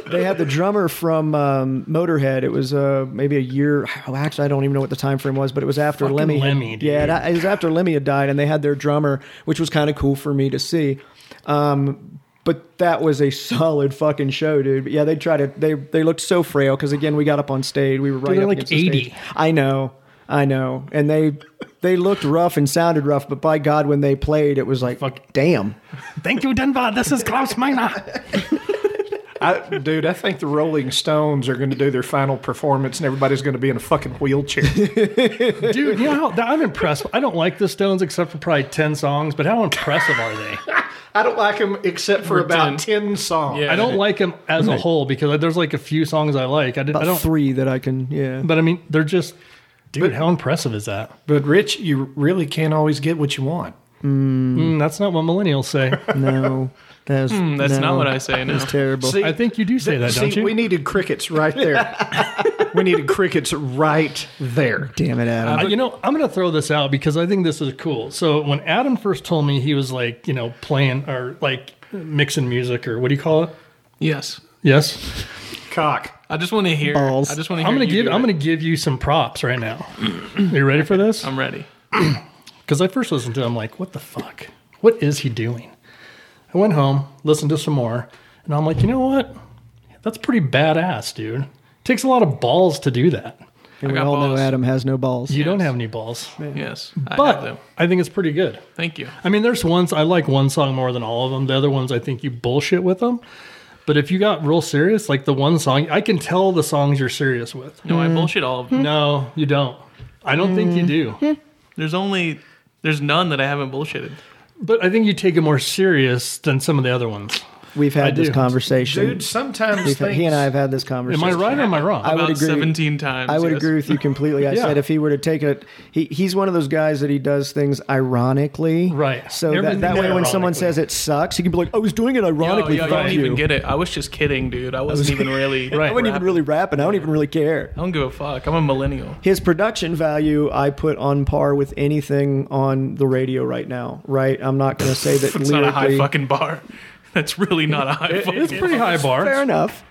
C: they had the drummer from um, Motorhead. It was uh, maybe a year. oh, Actually, I don't even know what the time frame was, but it was after
B: Fucking
C: Lemmy. had-
B: Lemmy, dude.
C: Yeah, that- it was after Lemmy had died, and they had their drummer, which was kind of cool for me to see. Um, but that was a solid fucking show, dude. But yeah, they tried to. They they looked so frail because again, we got up on stage. We were right.
B: they're
C: up
B: like
C: against the
B: 80.
C: stage. I know, I know, and they they looked rough and sounded rough. But by God, when they played, it was like,
B: Fuck.
C: damn.
B: Thank you, Denver. This is Klaus Meiner.
D: I, dude, I think the Rolling Stones are going to do their final performance, and everybody's going to be in a fucking wheelchair.
B: Dude, you know how I'm impressed. I don't like the Stones except for probably ten songs, but how impressive are they?
D: I don't like them except for about 10 songs.
A: Yeah.
B: I don't like them as a whole because there's like a few songs I like. I, did, I
C: About
B: don't.
C: three that I can. Yeah.
B: But I mean, they're just. Dude, how impressive is that?
D: But Rich, you really can't always get what you want.
B: Mm, that's not what millennials say.
C: No. That's
A: Hmm, that's
C: no,
A: not what I say, no.
C: It's terrible.
D: See,
B: I think you do say that,
D: See,
B: don't you?
D: we needed crickets right there. we needed crickets right there.
C: Damn it, Adam.
B: Uh, you know, I'm going to throw this out because I think this is cool. So when Adam first told me he was like, you know, playing or like mixing music or what do you call it?
A: Yes.
B: Yes.
D: Cock.
A: I just want to hear.
C: Balls.
A: I just want to.
B: I'm going to give I'm going to give you some props right now. Are you ready for this?
A: I'm ready.
B: Cuz I first listened to it I'm like, what the fuck? What is he doing? I went home, listened to some more, and I'm like, you know what? That's pretty badass, dude. Takes a lot of balls to do that.
C: and we
A: got
C: all know
A: balls.
C: Adam has no balls.
B: You don't have any balls.
A: Yes. I have
B: But
A: them.
B: I think it's pretty good.
A: Thank you.
B: I mean, there's ones I like one song more than all of them. The other ones I think you bullshit with them. But if you got real serious, like the one song, I can tell the songs you're serious with.
A: No,
C: Mm.
A: I bullshit all of
C: Hmm.
A: them.
B: No, you don't. I don't think you
C: Mm-hmm.
B: do.
A: There's only. There's none that I haven't bullshitted.
B: But I think you take it more serious than some of the other ones.
C: We've
B: I
C: had
B: do.
C: this conversation.
D: Dude, sometimes
C: We've-
D: things,
C: he and I have had this conversation.
B: Am I right or am I wrong?
C: I would
A: About
C: agree.
A: 17 times.
C: I would
A: yes.
C: agree with you completely. I
B: Yeah.
C: said if he were to take it, he, he's one of those guys that he does things ironically.
B: Right.
C: So that,
B: Everything
C: that way, when
B: ironically.
C: someone says it sucks, he can be like, I was doing it
A: Yo,
C: ironically.
A: yo, yo,
C: fuck
A: I don't
C: you.
A: even get it. I was just kidding, dude. I wasn't even really.
B: Right.
C: I wasn't even
A: rapping.
C: really rapping. I don't even really care.
A: I don't give a fuck. I'm a millennial.
C: His production value, I put on par with anything on the radio right now. Right? I'm not going to say that
A: It's
C: lyrically.
A: not a high fucking bar. That's really not a high fucking
B: It's pretty high bar.
C: fair enough.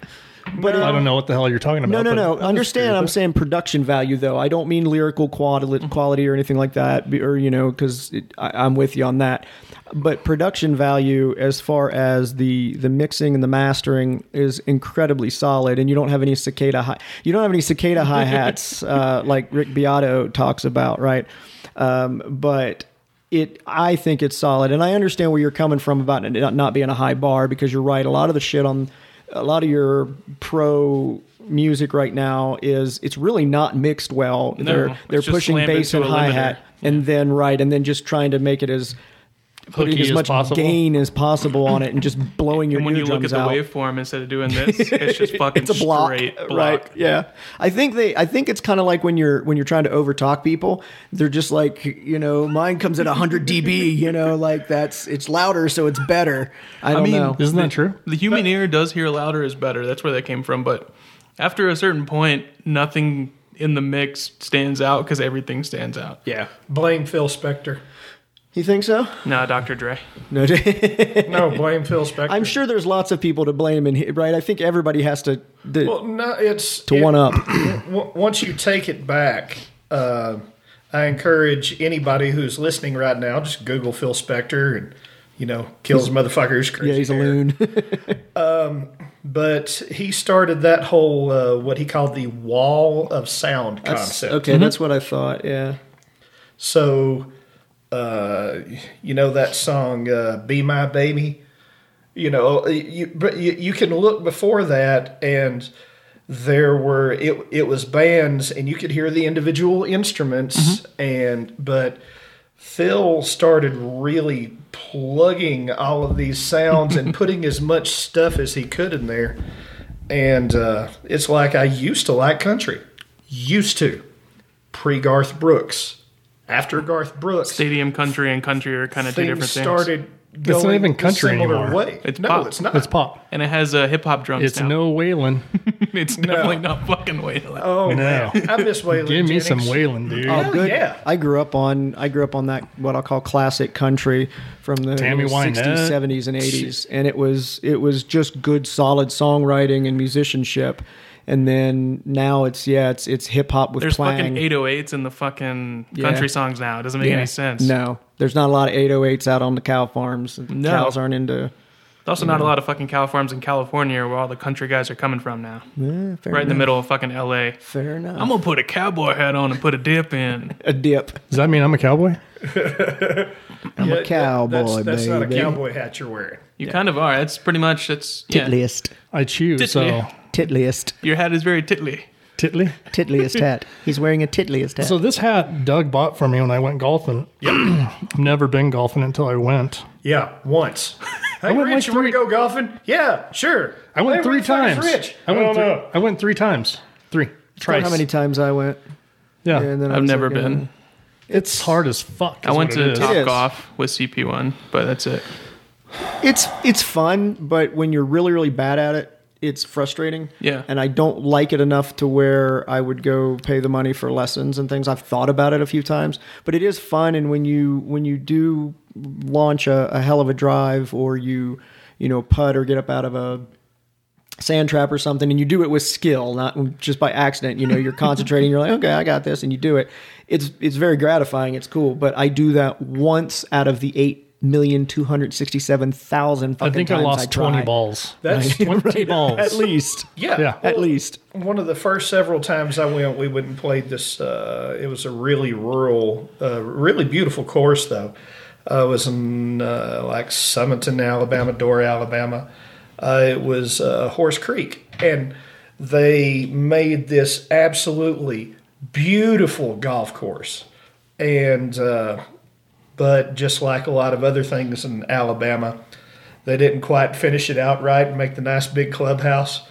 C: But
B: I
C: it-
B: don't know what the hell you're talking about.
C: No,
B: but
C: no, no.
B: I'm just
C: Understand?
B: curious.
C: I'm saying production value, though. I don't mean lyrical quality, quality or anything like that, be- or you know, because I'm with you on that. But production value, as far as the the mixing and the mastering, is incredibly solid. And you don't have any cicada hi- you don't have any cicada hi hats uh, like Rick Beato talks about, right? Um, but it i think it's solid and i understand where you're coming from about it not- not being a high bar because you're right a lot of the shit on a lot of your pro music right now is it's really not mixed well
A: No,
C: they're
A: it's
C: they're
A: just
C: pushing
A: slammed
C: bass and
A: into a limiter.
C: hi-hat and then right and then just trying to make it as putting
B: Hooky
C: as
B: as
C: much
B: possible.
C: gain as possible on it and just blowing your
A: And when you look at
C: eardrums
A: the
C: out
A: waveform instead of doing this, it's just fucking
C: it's a block,
A: straight block.
C: right? Yeah, I think they. I think it's kind of like when you're when you're trying to overtalk people. They're just like, you know, mine comes at 100 dB. You know, like that's it's louder, so it's better. I don't
A: mean,
C: know.
B: Isn't that true?
A: The human ear does hear louder is better. That's where that came from. But after a certain point, nothing in the mix stands out because everything stands out.
D: Yeah. Blame Phil Spector.
C: You think so?
A: Nah, Dr. Dre.
C: No.
D: No, blame Phil Spector.
C: I'm sure there's lots of people to blame, and he- right, I think everybody has to the,
D: Well, no, it's
C: to
D: it-
C: one up.
D: w- once you take it back, uh, I encourage anybody who's listening right now just Google Phil Spector and you know kills motherfuckers.
C: Yeah,
D: crazy
C: he's a
D: hair.
C: loon.
D: But he started that whole uh, what he called the wall of sound concept.
C: okay, that's what I thought. Yeah.
D: So, uh, you know that song uh, "Be My Baby." You know, you, but you you can look before that, and there were it it was bands, and you could hear the individual instruments, and but Phil started really plugging all of these sounds and putting as much stuff as he could in there, and uh, it's like I used to like country, used to pre Garth Brooks, after Garth Brooks,
A: Stadium country and country are kind of two
D: things
A: different things.
D: started going
B: not even country
D: a similar
B: anymore.
D: Way.
A: It's
D: no,
A: pop.
D: it's not.
B: It's pop.
A: And it has uh, hip hop drums.
B: It's
A: now.
B: no Waylon.
A: It's definitely not fucking Waylon.
D: Oh
B: No.
D: man, I miss Waylon.
B: Give me
D: Jennings.
B: some Waylon, dude.
C: Oh, good.
D: yeah.
C: I grew up on I grew up on that what I'll call classic country from the
B: Tammy Wynette.
C: sixties, seventies, and eighties, and it was it was just good, solid songwriting and musicianship. And then now it's yeah, it's it's hip hop with
A: There's
C: twang.
A: fucking 808s in the fucking
C: Yeah.
A: country songs now. It doesn't make
C: Yeah.
A: any sense.
C: No, there's not a lot of 808s out on the cow farms.
A: No.
C: Cows aren't into
A: There's also not a lot of fucking cow farms in California where all the country guys are coming from now.
C: eh, fair
A: Right in the
C: enough.
A: middle of fucking LA.
C: Fair enough.
A: I'm gonna put a cowboy hat on and put a dip in.
C: a dip.
B: Does that mean I'm a cowboy?
C: I'm
D: Yeah,
C: a
D: that-
C: cowboy,
D: That's, that's not a
C: baby.
D: cowboy hat you're wearing.
A: You kind of are. That's pretty much. That's yeah.
C: Titliest.
B: I chew,
A: Did
B: so
A: you?
C: Titliest.
A: Your hat is very tittly.
B: Titley.
F: Tittliest hat. He's wearing a tittliest hat.
B: So this hat Doug bought for me when I went golfing. I've never been golfing until I went.
D: Yeah, once. hey,
B: went like
D: Rich, you want
B: three-
D: to go golfing? Yeah, sure.
B: I went
D: Hey,
B: three
D: what the fuck is
B: times.
D: Rich, Oh,
B: I went.
D: don't
B: three-
D: know.
B: I went three times. Three.
C: Don't
B: Twice.
C: know how many times I went?
B: Yeah.
C: and then I
A: I've
C: was
A: never
C: like, uh,
A: been.
B: it's hard as fuck.
A: I went to
C: It is.
A: Top Golf with CP1, but that's it.
C: It's it's fun, but when you're really really bad at it, it's frustrating.
A: Yeah.
C: and I don't like it enough to where I would go pay the money for lessons and things. I've thought about it a few times, but it is fun. And when you when you do launch a, a hell of a drive, or you you know putt or get up out of a sand trap or something and you do it with skill not just by accident you know you're concentrating you're like okay i got this and you do it it's it's very gratifying it's cool but i do that once out of the 8 million 267,000
B: I
C: fucking
B: think I
C: times
B: lost
C: try.
B: twenty balls.
D: That's-
B: twenty balls.
C: at least
D: Yeah,
B: Yeah.
C: at least
D: One of the first several times I went, we went and played this. Uh, it was a really rural, uh, really beautiful course, though. Uh, it was in uh, like Summerton, Alabama, Door, Alabama. Uh, it was uh, Horse Creek, and they made this absolutely beautiful golf course. And uh, but just like a lot of other things in Alabama, they didn't quite finish it out right and make the nice big clubhouse.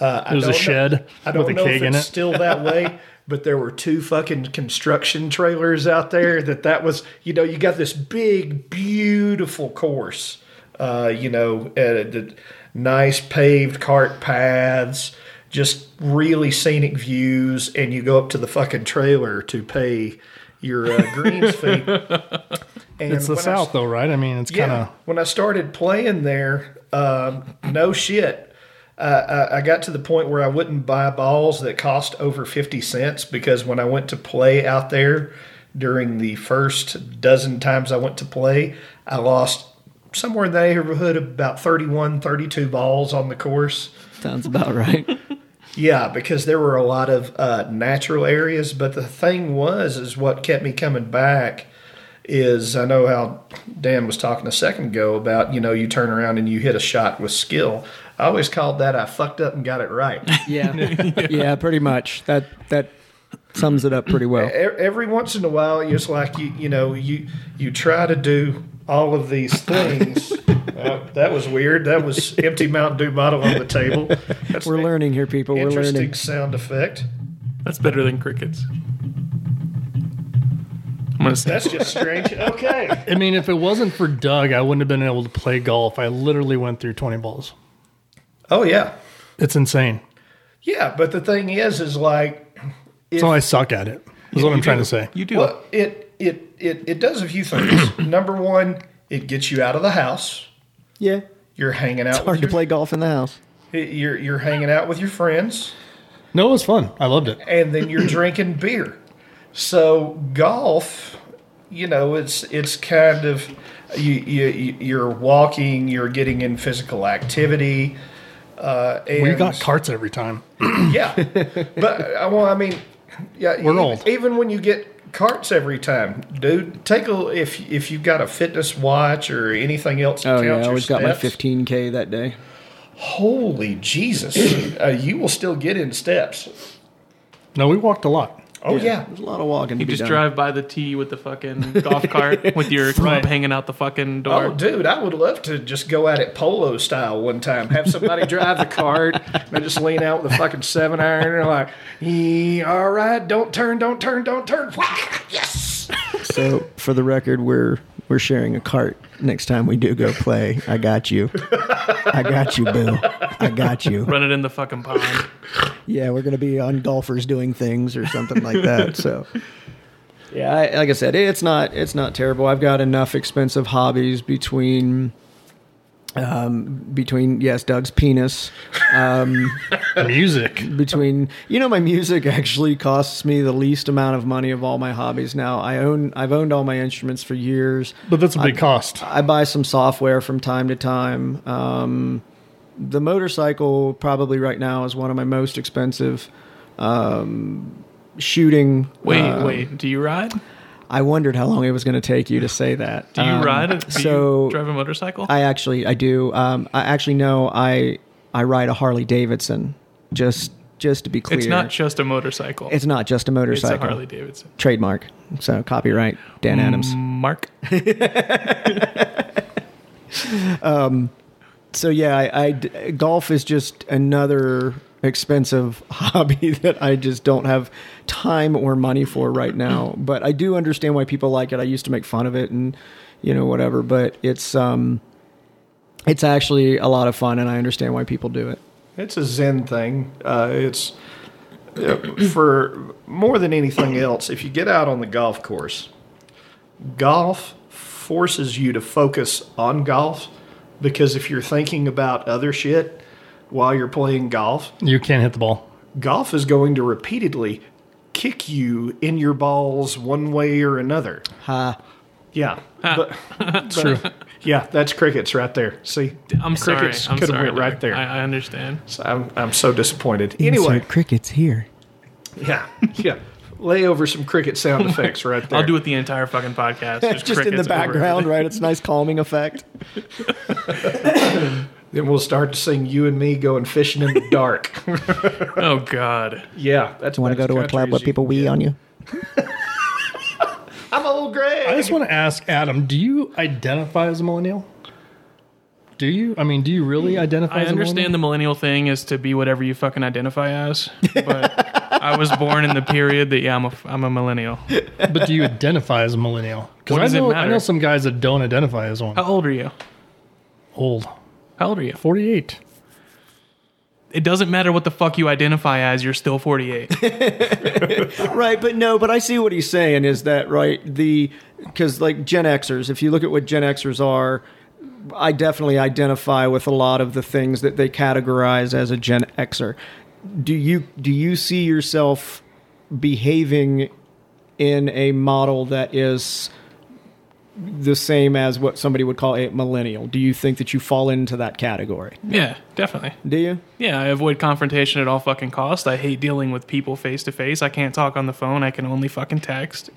D: Uh, I
B: There's a
D: don't know-
B: shed
D: I don't
B: with a
D: know
B: keg
D: if
B: in
D: it's
B: it.
D: still that way, but there were two fucking construction trailers out there. That that was, you know, you got this big, beautiful course. Uh, you know, uh, the nice paved cart paths, just really scenic views, and you go up to the fucking trailer to pay your uh, greens fee. And
B: It's the
D: when I-
B: South, though, right? I mean, it's kind
D: yeah.
B: of.
D: When I started playing there, um, no shit. Uh, I, I got to the point where I wouldn't buy balls that cost over 50 cents because when I went to play out there during the first dozen times I went to play, I lost somewhere in the neighborhood of about 31, 32 balls on the course.
F: Sounds about right.
D: Yeah, because there were a lot of uh, natural areas, but the thing was, is what kept me coming back is I know how Dan was talking a second ago about you know you turn around and you hit a shot with skill. I always called that I fucked up and got it right. E-,
F: Yeah.
C: yeah pretty much that that sums it up pretty well
D: E- Every once in a while, it's like you you know you you try to do all of these things. Uh, that was weird. That was empty Mountain Dew bottle on the table. That's
C: we're
D: an
C: learning here people we're
D: Interesting
C: learning
D: sound effect.
A: That's better than crickets. I'm gonna say
D: That's just strange. Okay.
B: I mean, if it wasn't for Doug, I wouldn't have been able to play golf. I literally went through twenty balls.
D: Oh yeah.
B: It's insane.
D: Yeah, but the thing is, is like
B: so I suck at it. Is what I'm trying to say.
A: you do.
D: well, it it it it does a few things. Number one, it gets you out of the house.
C: yeah
D: You're hanging out.
C: hard
D: with
C: to
D: your,
C: play golf in the house
D: You're you're hanging out with your friends,
B: No, it was fun. I loved it.
D: and then you're drinking beer. So golf, you know, it's it's kind of you you you- you're walking, you're getting in physical activity. Uh, and
B: We got carts every time.
D: Yeah, but uh, well, I mean, yeah,
B: We're
D: even,
B: old.
D: even when you get carts every time, dude. Take a if if you've got a fitness watch or anything else. to
C: oh
D: count
C: yeah i
D: your
C: always got my
D: steps,
C: 15k that day
D: Holy Jesus, uh, you will still get in steps.
B: No, we walked a lot.
D: Oh yeah,
C: there's a lot of walking to
A: You
C: be
A: just
C: done.
A: drive by the tee with the fucking golf cart with your club hanging out the fucking door.
D: Oh, dude, I would love to just go at it polo style one time. Have somebody drive the cart, and I just lean out with a fucking seven iron, and they're like, "Eh, "All right, don't turn, don't turn, don't turn." Whack! Yes.
C: So for the record, we're we're sharing a cart next time we do go play. I got you. I got you, Boo. I got you.
A: Run it in the fucking pond.
C: Yeah, we're gonna be on golfers doing things or something like that. So yeah, I, like I said, it's not it's not terrible. I've got enough expensive hobbies between um between yes doug's penis
B: Music.
C: between you know my music actually costs me the least amount of money of all my hobbies now i own i've owned all my instruments for years
B: But that's a big cost.
C: I buy some software from time to time. Um, the motorcycle probably right now is one of my most expensive. Um, shooting.
A: Wait,
C: uh,
A: wait. Do you ride? Do
C: I wondered how long it was going to take you to say that.
A: you
C: Um,
A: ride? Do
C: so
A: you drive a motorcycle?
C: I actually I do. Um, I actually know I I ride a Harley Davidson just just to be clear,
A: It's not just a motorcycle.
C: It's not just a
A: It's a
C: motorcycle.
A: Harley Mm. Davidson.
C: Trademark. So copyright Dan Adams.
A: Mark.
C: So yeah, I, I d- golf is just another expensive hobby that I just don't have time or money for right now. But I do understand why people like it. I used to make fun of it and you know whatever, but it's um it's actually a lot of fun and I understand why people do it.
D: It's a Zen thing. Uh, it's uh, for more than anything else. If you get out on the golf course, golf forces you to focus on golf because if you're thinking about other shit while you're playing golf,
B: You can't hit the ball.
D: golf is going to repeatedly kick you in your balls one way or another.
C: Ha.
D: Yeah,
A: Ah.
D: but, true. Yeah, that's crickets right there. See,
A: I'm sorry.
D: Crickets
A: I'm
D: could've
A: sorry.
D: went right
A: Doug.
D: there.
A: I, I understand.
D: So I'm I'm so disappointed. Anyway,
E: crickets here.
D: Yeah, yeah. Lay over some cricket sound effects right there.
A: I'll do it the entire fucking podcast.
C: It's just in the
A: crickets over
C: background, right? It's a nice calming effect.
D: Then we'll start to sing "You and Me Going Fishing in the Dark."
A: everything. Oh God.
D: yeah, that's.
F: You want to go to a club where people wee on you?
D: I'm old
B: I
D: Greg.
B: just want to ask Adam, do you identify as a millennial? Do you? I mean, do you really identify
A: Hmm, I
B: as a
A: understand the millennial thing is to be whatever you fucking identify as, but I was born in the period that yeah, I'm a I'm a millennial.
B: millennial? But do you identify as a millennial?
A: What
B: Because
A: does
B: I
A: it
B: know I
A: matter? Oh.
B: know some guys that don't identify as one.
A: How old are you?
B: Old.
A: How old are you?
B: 48.
A: It doesn't matter what the fuck you identify as. You're still 48.
C: Right, but no, but I see what he's saying is that right the because like Gen Xers, if you look at what Gen Xers are, I definitely identify with a lot of the things that they categorize as a Gen Xer. Do you do you see yourself behaving in a model that is the same as what somebody would call a millennial? Do you think that you fall into that category?
A: yeah, definitely.
C: Do you?
A: Yeah, I avoid confrontation at all fucking cost. I hate dealing with people face to face. I can't talk on the phone. I can only fucking text.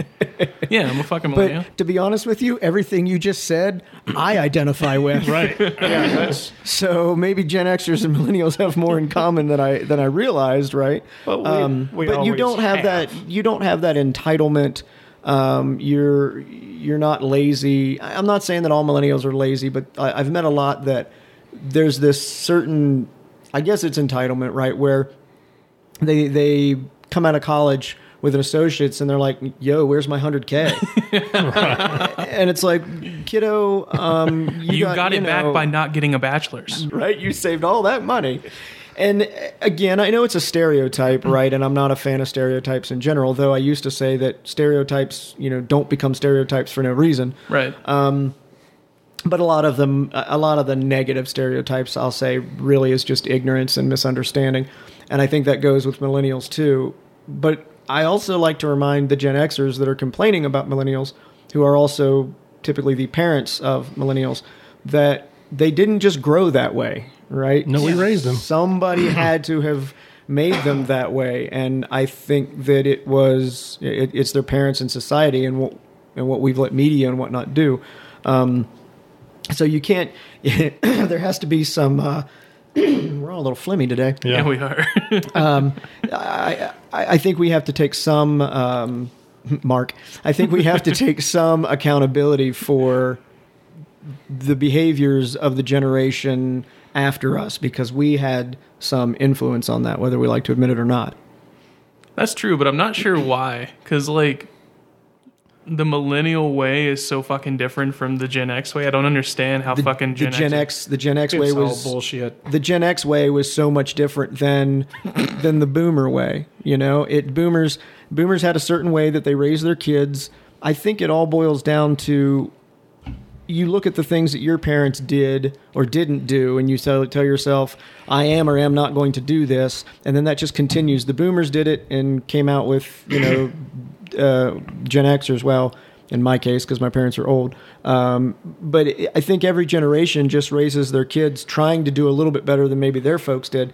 A: yeah, I'm a fucking
C: But
A: millennial.
C: to be honest with you, everything you just said, I identify with.
B: Right.
D: Yeah, that's,
C: So maybe Gen Xers and millennials have more in common than I than I realized, right? Um,
D: But we- we
C: but you
D: always
C: don't have, that you don't have that entitlement. Um, you're you're not lazy. I- I'm not saying that all millennials are lazy, but I, I've met a lot that there's this certain, I guess it's entitlement, right? Where they they come out of college with an associate's and they're like, "Yo, where's my hundred k?" And it's like, kiddo, um, you,
A: You, got, it
C: know-
A: back by not getting a bachelor's.
C: right? You saved all that money. And uh, again, I know it's a stereotype, right? And I'm not a fan of stereotypes in general, though I used to say that stereotypes, you know, don't become stereotypes for no reason.
A: Right.
C: But a lot of them, a lot of the negative stereotypes, I'll say, really is just ignorance and misunderstanding. And I think that goes with millennials too. But I also like to remind the Gen Xers that are complaining about millennials, who are also typically the parents of millennials, that they didn't just grow that way, right?
B: No, we raised them.
C: somebody had to have made them that way and i think that it was it, it's their parents and society and what and what we've let media and whatnot do um, so you can't there has to be some uh, we're all a little flimmy today
A: yeah. we are.
C: I, I I think we have to take some, um, Mark, I think we have to take some accountability for the behaviors of the generation after us because we had some influence on that, whether we like to admit it or not.
A: That's true, but I'm not sure why. Because, like, the millennial way is so fucking different from the Gen X way. I don't understand how
C: The,
A: fucking Gen,
C: the Gen
A: X.
C: X, the Gen X way
D: it's all
C: was
D: bullshit.
C: the Gen X way was so much different than than the boomer way. You know, it boomers boomers had a certain way that they raised their kids. I think it all boils down to you look at the things that your parents did or didn't do and you tell, tell yourself I am or am not going to do this and then that just continues. The boomers did it and came out with, you know, uh, Gen Xers, well, in my case, because my parents are old. Um, but I- I think every generation just raises their kids trying to do a little bit better than maybe their folks did.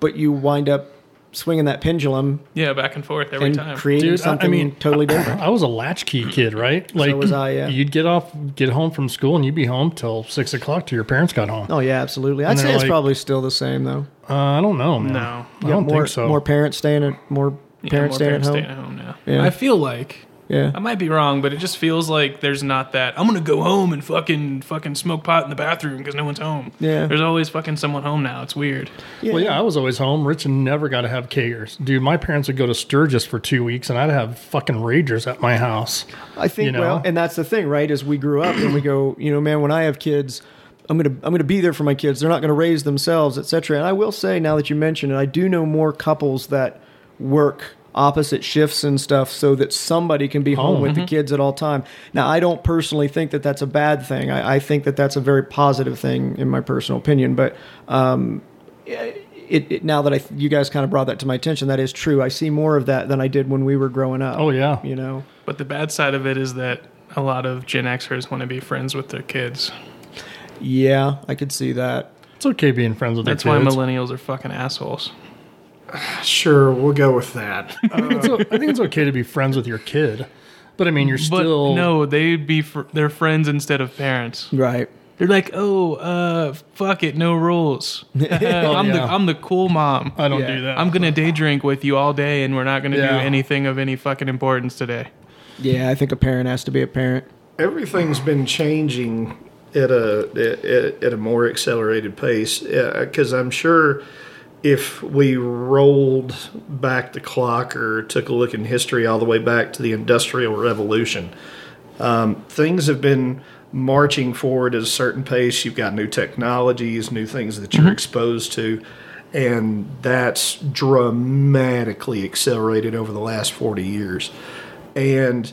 C: But you wind up swinging that pendulum
A: Yeah, back and forth every
C: and
A: time.
C: creating
B: Dude, I- I
C: something
B: mean,
C: totally different.
B: I was a latchkey kid, right? Like
C: was I, yeah.
B: You'd get off, get home from school, and you'd be home till six o'clock till your parents got home.
C: Oh yeah, absolutely. I'd
B: And
C: say
B: they're
C: it's
B: like-
C: probably still the same though.
B: Uh, I don't know, man.
A: No.
B: I don't
C: more,
B: think so.
C: More parents staying at more
A: Yeah,
C: parents
A: more
C: staying
A: parents
C: at home.
A: staying at home now.
C: Yeah.
A: I feel like
C: Yeah.
A: I might be wrong, but it just feels like there's not that. I'm gonna go home and fucking fucking smoke pot in the bathroom because no one's home.
C: Yeah.
A: there's always fucking someone home now. It's weird.
B: Well, yeah, I was always home. Rich never got to have kegers. Dude, my parents would go to Sturgis for two weeks, and I'd have fucking ragers at my house.
C: I think
B: you know?
C: well, and that's the thing, right? Is we grew up and we go, you know, man, when I have kids, I'm gonna I'm gonna be there for my kids. They're not gonna raise themselves, etc. And I will say, now that you mention it, I do know more couples that work opposite shifts and stuff so that somebody can be home
B: Home.
C: with the kids at all time. Now, I don't personally think that that's a bad thing. I, I think that that's a very positive thing in my personal opinion. But um, it, it now that I you guys kind of brought that to my attention, that is true. I see more of that than I did when we were growing up.
B: Oh, yeah.
C: you know.
A: But the bad side of it is that a lot of Gen Xers want to be friends with their kids.
C: Yeah, I could see that.
B: It's okay being friends with
A: That's
B: their
A: why
B: kids.
A: millennials are fucking assholes.
D: Sure, we'll go with that.
B: I, think it's, o- I think it's okay to be friends with your kid, but I mean, you're
A: But
B: still
A: no, they'd be fr- their friends instead of parents.
C: Right.
A: They're like, oh, uh, fuck it, no rules. I'm the
B: yeah.
A: I'm the cool mom.
B: I don't
C: Yeah.
B: do that.
A: I'm gonna day drink with you all day, and we're not gonna do
B: Yeah.
A: anything of any fucking importance today.
C: Yeah, I think a parent has to be a parent.
D: Everything's been changing at a at, at a more accelerated pace because I'm sure if we rolled back the clock or took a look in history all the way back to the Industrial Revolution, um, things have been marching forward at a certain pace. You've got new technologies, new things that you're exposed to. And that's dramatically accelerated over the last 40 years. And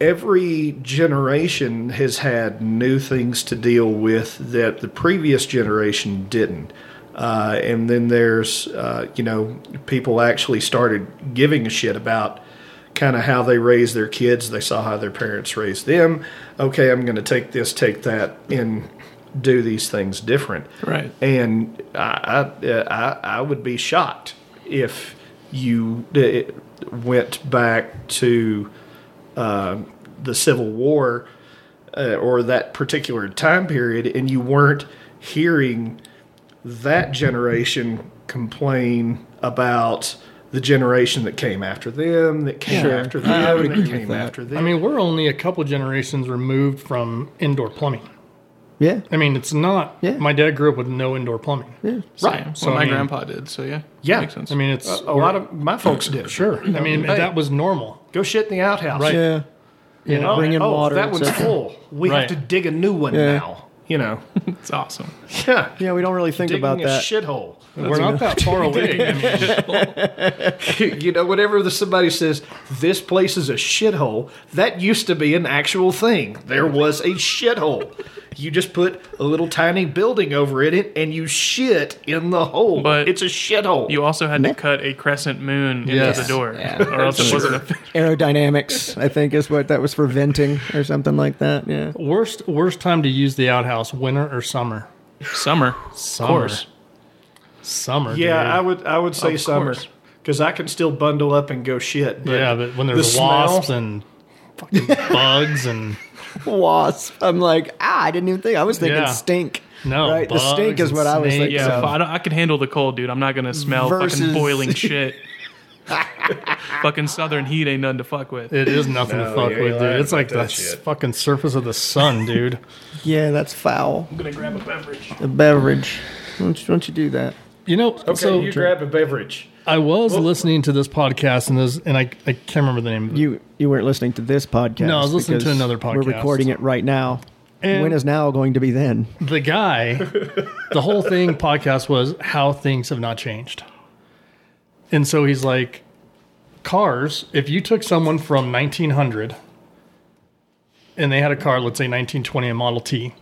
D: every generation has had new things to deal with that the previous generation didn't. Uh, and then there's, uh, you know, people actually started giving a shit about kind of how they raise their kids. They saw how their parents raised them. Okay, I'm going to take this, take that, and do these things different.
A: Right.
D: And I, I, I, I would be shocked if you uh, went back to uh, the Civil War uh, or that particular time period and you weren't hearing that generation complain about the generation that came after them, that came after them, that came after them.
B: I mean, we're only a couple generations removed from indoor plumbing.
C: Yeah.
B: I mean, it's not.
C: Yeah.
B: My dad grew up with no indoor plumbing.
A: Right. well,
B: So, I
A: my
B: mean-
A: grandpa did. So yeah.
D: Yeah.
A: Makes sense.
B: I mean, it's
D: a lot of my folks did.
B: sure. I mean,
D: Hey.
B: that was normal.
D: Go shit in the outhouse.
B: Right.
C: Yeah.
B: You know,
D: Oh,
C: Bring in
D: oh,
C: water,
D: That one's
C: etc.
D: full. We
B: Right.
D: have to dig a new one
C: Yeah.
D: now. You know.
A: it's awesome.
D: Yeah.
C: Yeah, we don't really think
D: Digging
C: about
D: a
C: that.
D: shithole.
B: we're not that far away. I mean,
D: you know, whenever the, somebody says this place is a shithole, that used to be an actual thing. There was a shithole. You just put a little tiny building over it, and you shit in the hole.
A: But
D: it's a shithole.
A: You also had to cut a crescent moon
B: Yes.
A: into the door, or else it wasn't a.
C: Aerodynamics, I think, is what that was for venting or something like that. Yeah.
B: worst worst time to use the outhouse: winter or summer?
A: Summer,
B: Summer.
A: of course.
B: Summer.
D: yeah,
B: dude.
D: I would. I would say
A: Of
D: summer
A: course.
D: because I can still bundle up and go shit. But
B: yeah, but when
D: the
B: there's
D: smell-
B: wasps and fucking bugs and
C: Wasp. I'm like, ah, I didn't even think. I was thinking
B: Yeah.
C: stink.
B: no,
C: Right, the stink
B: bugs
C: is
B: and
C: what I was
B: snakes.
C: thinking.
A: Yeah,
C: So-
A: if I, don't, I can handle the cold, dude. I'm not gonna smell
C: Versus-
A: fucking boiling shit. fucking southern heat ain't nothing to fuck with.
B: It is nothing to
D: No,
B: fuck
D: you're
B: with, dude.
D: lying
B: It's like the
D: about that
B: s-
D: shit.
B: fucking surface of the sun, dude.
C: Yeah, that's foul.
A: I'm gonna grab a beverage.
C: A beverage. Don't you, don't you do that?
B: You know,
D: Okay,
B: so
D: you grab Oh. a beverage.
B: I was listening to this podcast and this, and I, I can't remember the name. Of it.
C: You you weren't listening to this podcast.
B: No, I was listening to
C: because
B: another
C: We're
B: podcast.
C: recording it right now.
B: And-
C: when is now going to be then?
B: the guy, the whole thing podcast was how things have not changed. And so he's like, cars, if you took someone from 1900 and they had a car, let's say 1920, a Model T,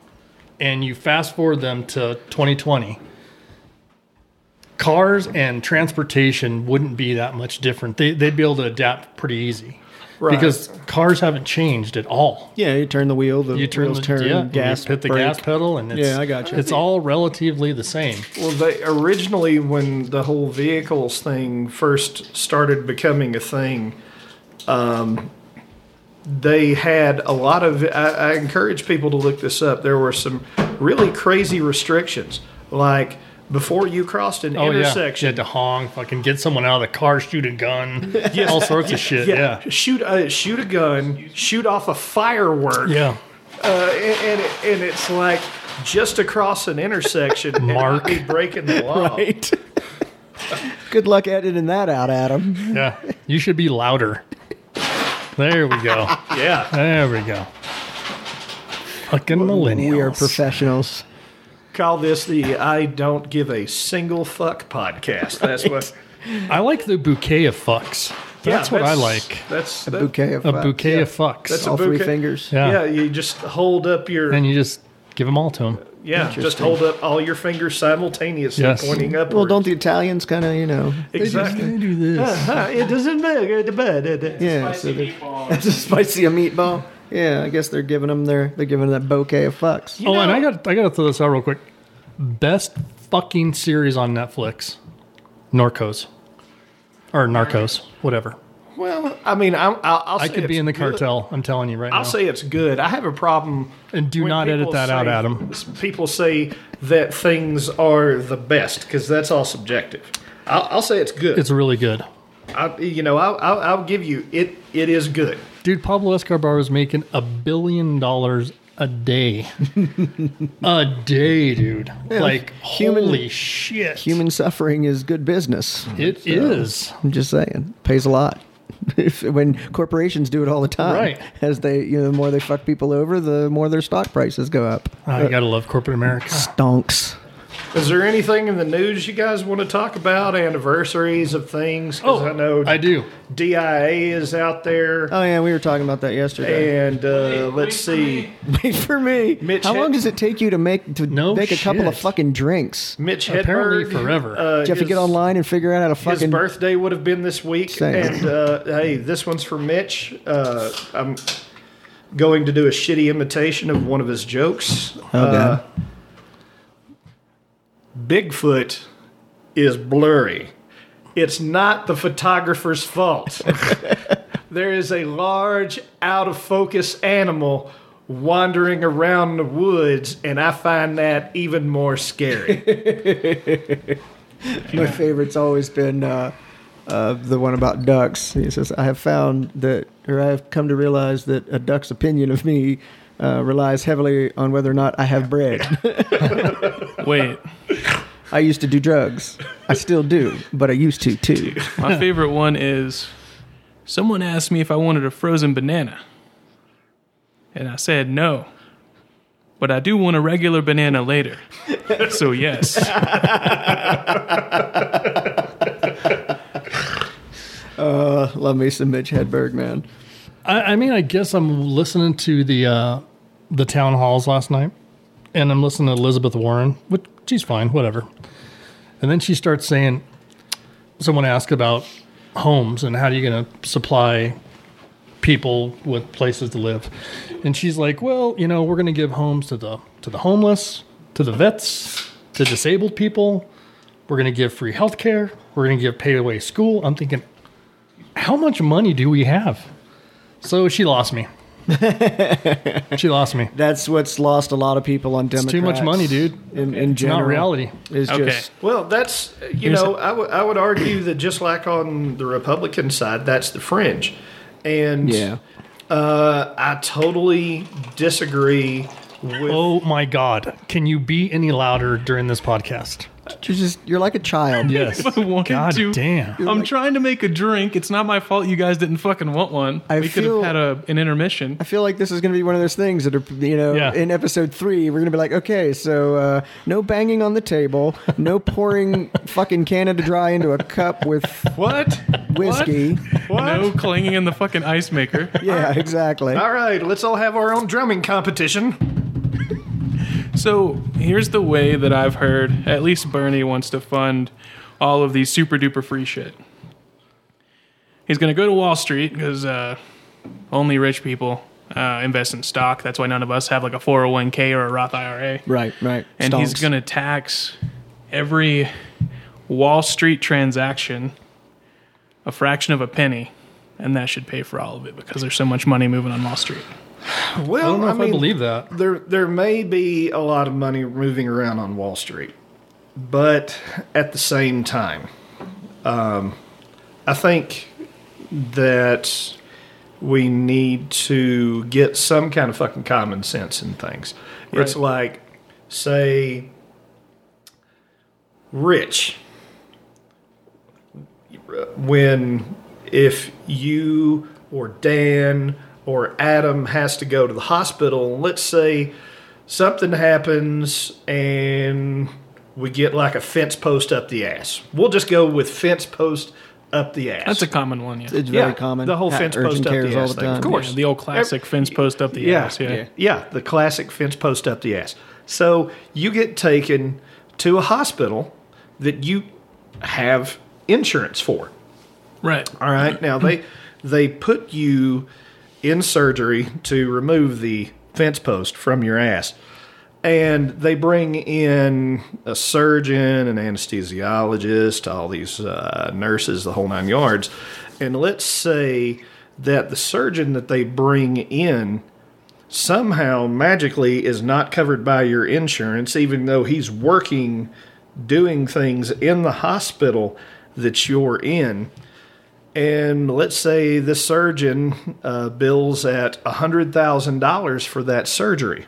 B: and you fast forward them to 2020, cars and transportation wouldn't be that much different. They, they'd be able to adapt pretty easy.
A: Right.
B: because cars haven't changed at all.
C: Yeah, you turn the wheel, the
B: You turn
C: wheels
B: the
C: turn,
B: yeah,
C: gas,
B: you hit the
C: brake.
B: gas pedal, and it's,
C: Yeah, I gotcha.
B: It's all relatively the same.
D: Well, they originally, when the whole vehicles thing first started becoming a thing, um, they had a lot of. I, I encourage people to look this up. There were some really crazy restrictions, like before you crossed an
B: Oh yeah, you
D: intersection.
B: had to honk, fucking get someone out of the car, shoot a gun, all sorts of shit. Yeah,
D: shoot a shoot a gun, shoot off a firework,
B: yeah.
D: uh, and, and and it's like just across an intersection, and
B: Mark.
D: be breaking the law.
C: Good luck editing that out, Adam.
B: Yeah, you should be louder. There we go.
D: Yeah,
B: There we go. Fucking millennials.
C: We are professionals.
D: Call this the I don't give a single fuck podcast. That's what
B: I like the bouquet of fucks.
D: yeah,
B: That's what I like.
D: That's that,
C: Bouquet of uh,
B: A
C: fuck.
B: bouquet of fucks.
D: That's a
C: All three
D: bouquet.
C: fingers.
B: yeah.
D: Yeah. you just hold up your
B: And you just give them all to them.
D: yeah, just hold up all your fingers simultaneously
B: Yes.
D: pointing up.
C: Well, don't the Italians kind of, you know?
D: exactly.
B: do this.
D: Uh-huh, it doesn't matter.
C: Yeah, so
A: Spicy
C: they-
A: meatball.
C: it's a spicy a meatball. Yeah, I guess they're giving them their they're giving them that bouquet of fucks.
B: oh, and I got I got to throw this out real quick. Best fucking series on Netflix, Narcos, or Narcos, whatever.
D: Well, I mean, I'm, I'll, I'll
B: I
D: say
B: could be
D: it's
B: in the
D: good.
B: cartel. I'm telling you right
D: I'll
B: now.
D: say it's good. I have a problem.
B: and do
D: when
B: not edit
D: people
B: that out,
D: say-
B: Adam.
D: People say that things are the best because that's all subjective. I'll, I'll say it's good.
B: It's really good,
D: I, you know, I'll, I'll, I'll give you it. It is good.
B: dude. Pablo Escobar was making a billion dollars a day, a day, dude. like
C: human-
B: holy shit,
C: Human suffering is good business.
B: It is.
C: I'm just saying, pays a lot. If- when corporations do it all the time,
B: Right.
C: As they, you know, the more they fuck people over, the more their stock prices go up.
B: I gotta love corporate America.
C: Stonks.
D: Is there anything in the news you guys want to talk about? Anniversaries of things? 'Cause I know
B: Oh, I do.
D: DIA is out there,
C: Oh yeah, we were talking about that yesterday.
D: and uh,
A: Wait,
D: let's
A: wait for
D: see.
A: me.
C: Wait for me.
D: Mitch
C: How long
D: Hit-
C: does it take you to make to
B: No
C: make a couple of
B: shit.
C: fucking drinks?
D: Mitch Hedberg.
B: Apparently forever.
D: Uh,
C: Did you have to
D: his-
C: get online and figure out how to
D: His
C: fucking
D: birthday would have been this week,
C: Same.
D: and uh, hey, this one's for Mitch. Uh, I'm going to do a shitty imitation of one of his jokes.
C: Oh,
D: uh,
C: God.
D: Bigfoot is blurry. It's not the photographer's fault. there is a large, out of focus animal wandering around the woods, and I find that even more scary.
C: My favorite's always been uh, uh, the one about ducks. He says, "I have found that, or I have come to realize that a duck's opinion of me uh, relies heavily on whether or not I have bread.
A: Wait,
C: I used to do drugs. I still do, but I used to too.
A: my favorite one is someone asked me if I wanted a frozen banana, and I said no, but I do want a regular banana later. So yes,
C: Love me some Mitch Hedberg, man.
B: I, I mean, I guess I'm listening to the uh, the town halls last night, and I'm listening to Elizabeth Warren, which she's fine, whatever. And then she starts saying, someone asked about homes and how you're going to supply people with places to live, and she's like, well, you know, we're going to give homes to the to the homeless, to the vets, to disabled people. We're going to give free health care. We're going to give pay away school. I'm thinking, how much money do we have? So she lost me. she lost me.
C: That's what's lost a lot of people on Democrats.
B: too much money, dude.
C: In, in
B: It's not
C: general.
B: reality.
C: It's
A: Okay.
C: just
D: Well, that's you know, I would- I would argue that just like on the Republican side, that's the fringe, and
C: yeah.
D: uh, I totally disagree with.
B: Oh my God. Can you be any louder during this podcast?
C: You're just you're like a child.
B: Yes.
A: I wanted
B: God
A: to.
B: damn.
A: I'm trying to make a drink. It's not my fault you guys didn't fucking want one.
C: I
A: we
C: feel-
A: could have had a, an intermission.
C: I feel like this is going to be one of those things that are, you know,
B: Yeah.
C: in episode three, we're going to be like, okay, so uh, no banging on the table, no pouring fucking Canada Dry into a cup with
D: What?
C: whiskey.
A: No clanging in the fucking ice maker.
C: Yeah, exactly.
D: All right, let's all have our own drumming competition.
A: So here's the way that I've heard at least Bernie wants to fund all of these super duper free shit. He's going to go to Wall Street because uh, Only rich people uh, invest in stock. That's why none of us have like a 401k or a Roth IRA.
C: Right, right.
A: And he's
C: Stonks.
A: going to tax every Wall Street transaction a fraction of a penny. And that should pay for all of it because there's so much money moving on Wall Street.
B: I
D: Well,
B: don't know
D: I,
B: if
D: mean,
B: I believe that.
D: there there may be a lot of money moving around on Wall Street, but at the same time, um, I think that we need to get some kind of fucking common sense in things. It's like, say, rich. When if you or Dan or Adam has to go to the hospital, let's say something happens and we get like a fence post up the ass. We'll just go with fence post up the ass.
A: That's a common one, yeah.
C: It's very
D: Yeah,
C: common.
D: the whole
C: Ha-
D: fence
C: urgent
D: post up
C: cares
D: the
C: all
D: ass
C: the
D: thing.
C: time.
D: Of course.
A: Yeah, the old classic fence post up the ass. Yeah.
D: yeah, yeah, the classic fence post up the ass. So you get taken to a hospital that you have insurance for.
A: Right.
D: All right, now they they put you in surgery to remove the fence post from your ass, and they bring in a surgeon, an anesthesiologist, all these uh, nurses, the whole nine yards. And let's say that the surgeon that they bring in somehow magically is not covered by your insurance, even though he's working doing things in the hospital that you're in. And let's say the surgeon uh, bills at $100,000 for that surgery.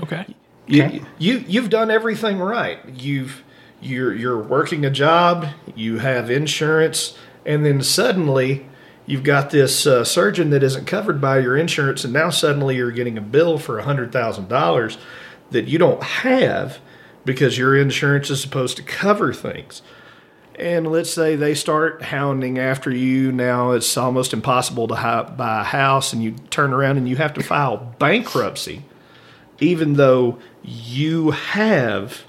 A: Okay.
D: You, you you've done everything right. You've you're you're working a job. You have insurance, and then suddenly you've got this uh, surgeon that isn't covered by your insurance, and now suddenly you're getting a bill for a hundred thousand dollars that you don't have because your insurance is supposed to cover things. And let's say they start hounding after you. Now it's almost impossible to hi- buy a house, and you turn around and you have to file bankruptcy even though you have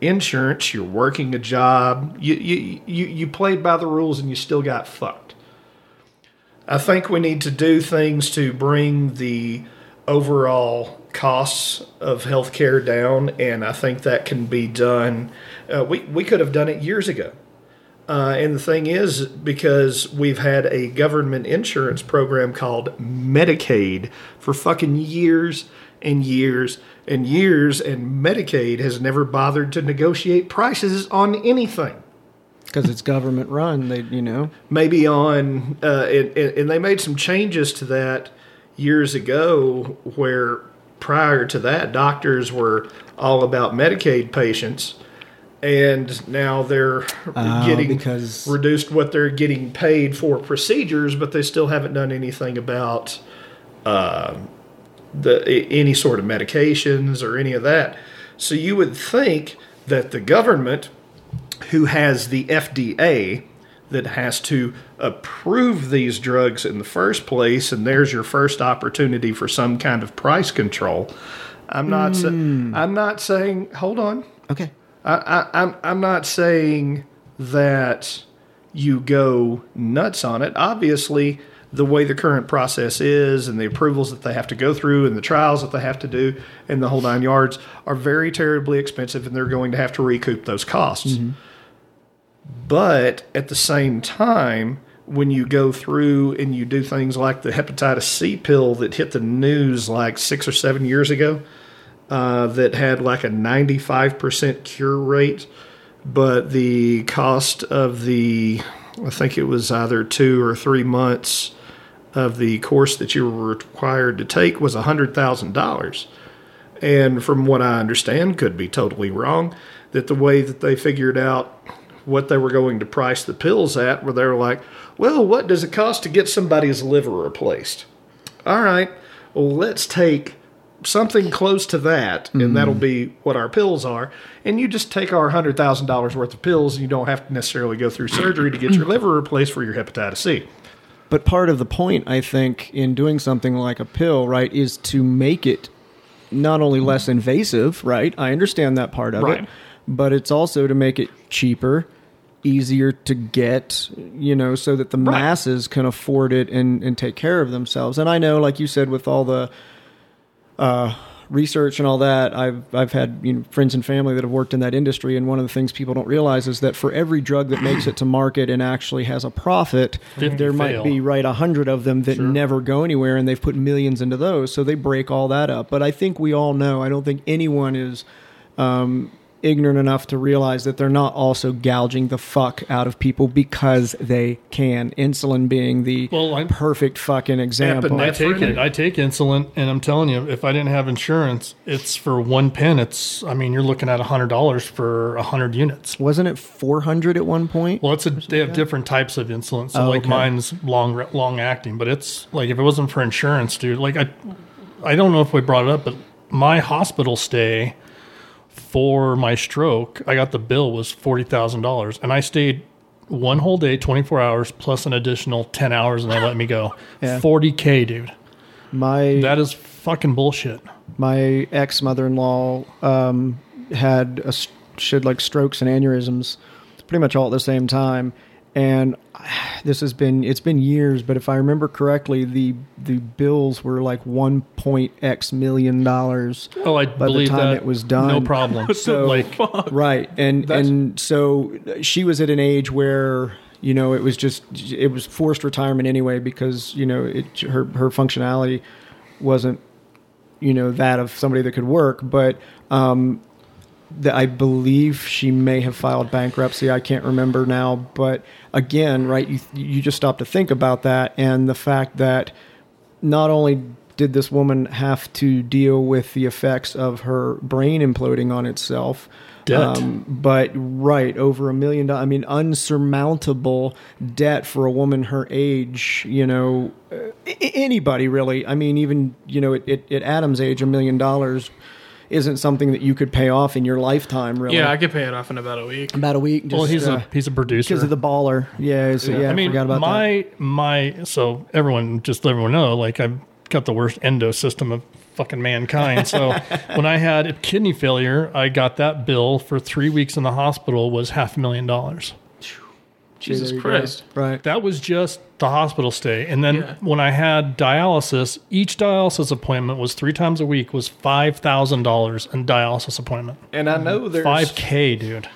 D: insurance, you're working a job, you you you, you played by the rules and you still got fucked. I think we need to do things to bring the overall costs of healthcare down, and I think that can be done. Uh, we we could have done it years ago. Uh, and the thing is, because we've had a government insurance program called Medicaid for fucking years and years and years, and Medicaid has never bothered to negotiate prices on anything.
C: Because it's government run. They, you know,
D: Maybe on, uh, and, and and they made some changes to that years ago, where prior to that, doctors were all about Medicaid patients. And now they're getting
C: because-
D: reduced what they're getting paid for procedures, but they still haven't done anything about um, the a- any sort of medications or any of that. So you would think that the government, who has the FDA, that has to approve these drugs in the first place, and there's your first opportunity for some kind of price control. I'm not. sa- I'm not saying. Hold on.
C: okay.
D: I, I, I'm I'm not saying that you go nuts on it. Obviously, the way the current process is, and the approvals that they have to go through, and the trials that they have to do, and the whole nine yards are very terribly expensive, and they're going to have to recoup those costs. But at the same time, when you go through and you do things like the hepatitis C pill that hit the news like six or seven years ago, uh, that had like a 95% cure rate, but the cost of the, I think it was either two or three months of the course that you were required to take was $100,000. And from what I understand, could be totally wrong, that the way that they figured out what they were going to price the pills at, where they were like, well, what does it cost to get somebody's liver replaced? all right, well, let's take something close to that,
C: Mm-hmm.
D: and that'll be what our pills are. And you just take our $100,000 worth of pills, and you don't have to necessarily go through surgery to get your liver replaced for your hepatitis C.
C: But part of the point, I think, in doing something like a pill, right, is to make it not only less invasive, right? I understand that part of
A: Right.
C: it, but it's also to make it cheaper easier to get, you know, so that the masses can afford it and, and take care of themselves. And I know, like you said, with all the research and all that, I've I've had you know, friends and family that have worked in that industry, and one of the things people don't realize is that for every drug that makes it to market and actually has a profit, there might
B: fail.
C: be right a hundred of them that never go anywhere, and they've put millions into those, so they break all that up. But I think we all know. I don't think anyone is. Um, ignorant enough to realize that they're not also gouging the fuck out of people because they can insulin being the
B: Well, I'm-
C: perfect fucking example
B: I
D: Epinephrine.
B: take it. I take insulin, and I'm telling you, if I didn't have insurance, it's for one pin. It's, I mean, you're looking at hundred dollars for hundred units.
C: wasn't it 400 at one point
B: Well, it's a, they have different types of insulin. So
C: Oh,
B: like
C: okay.
B: mine's long long acting, but it's like if it wasn't for insurance, dude. Like I, I don't know if we brought it up, but my hospital stay for my stroke, I got the bill was forty thousand dollars, and I stayed one whole day, twenty four hours plus an additional ten hours, and they let me go.
C: Yeah.
B: Forty k, dude.
C: my
B: That is fucking bullshit.
C: my ex mother in law um, had a, s- she had like strokes and aneurysms, pretty much all at the same time. And this has been it's been years, but if I remember correctly, the the bills were like one point x million dollars.
B: Oh, I
C: By the
B: believe
C: time
B: that
C: it was done-
B: No problem.
C: So-
B: like
C: Right, and and so she was at an age where you know it was just it was forced retirement anyway because you know it her her functionality wasn't you know that of somebody that could work, but um, that I believe she may have filed bankruptcy. I can't remember now, but again, right? You you just stop to think about that and the fact that not only did this woman have to deal with the effects of her brain imploding on itself, um,
B: Debt.
C: but right over a million dollars. I mean, unsurmountable debt for a woman her age. You know, uh, a- a- anybody really. I mean, even you know, at, at, at Adam's age, a million dollars isn't something that you could pay off in your lifetime. Really,
A: Yeah, I could pay it off in about a week.
C: about a week. Just,
B: well, he's
C: uh,
B: a he's a producer.
C: because of the baller. Yeah, so, yeah. I,
B: I mean,
C: forgot about that.
B: my my. So everyone, just let everyone know, like I've got the worst endo system of fucking mankind. So when I had kidney failure, I got that bill for three weeks in the hospital was half a million dollars.
A: Jesus
C: there you go.
A: Christ.
C: Right.
B: That was just the hospital stay, and then
A: Yeah.
B: when I had dialysis, each dialysis appointment was three times a week was five thousand dollars in dialysis appointment.
D: And I know there's
B: Five k, dude.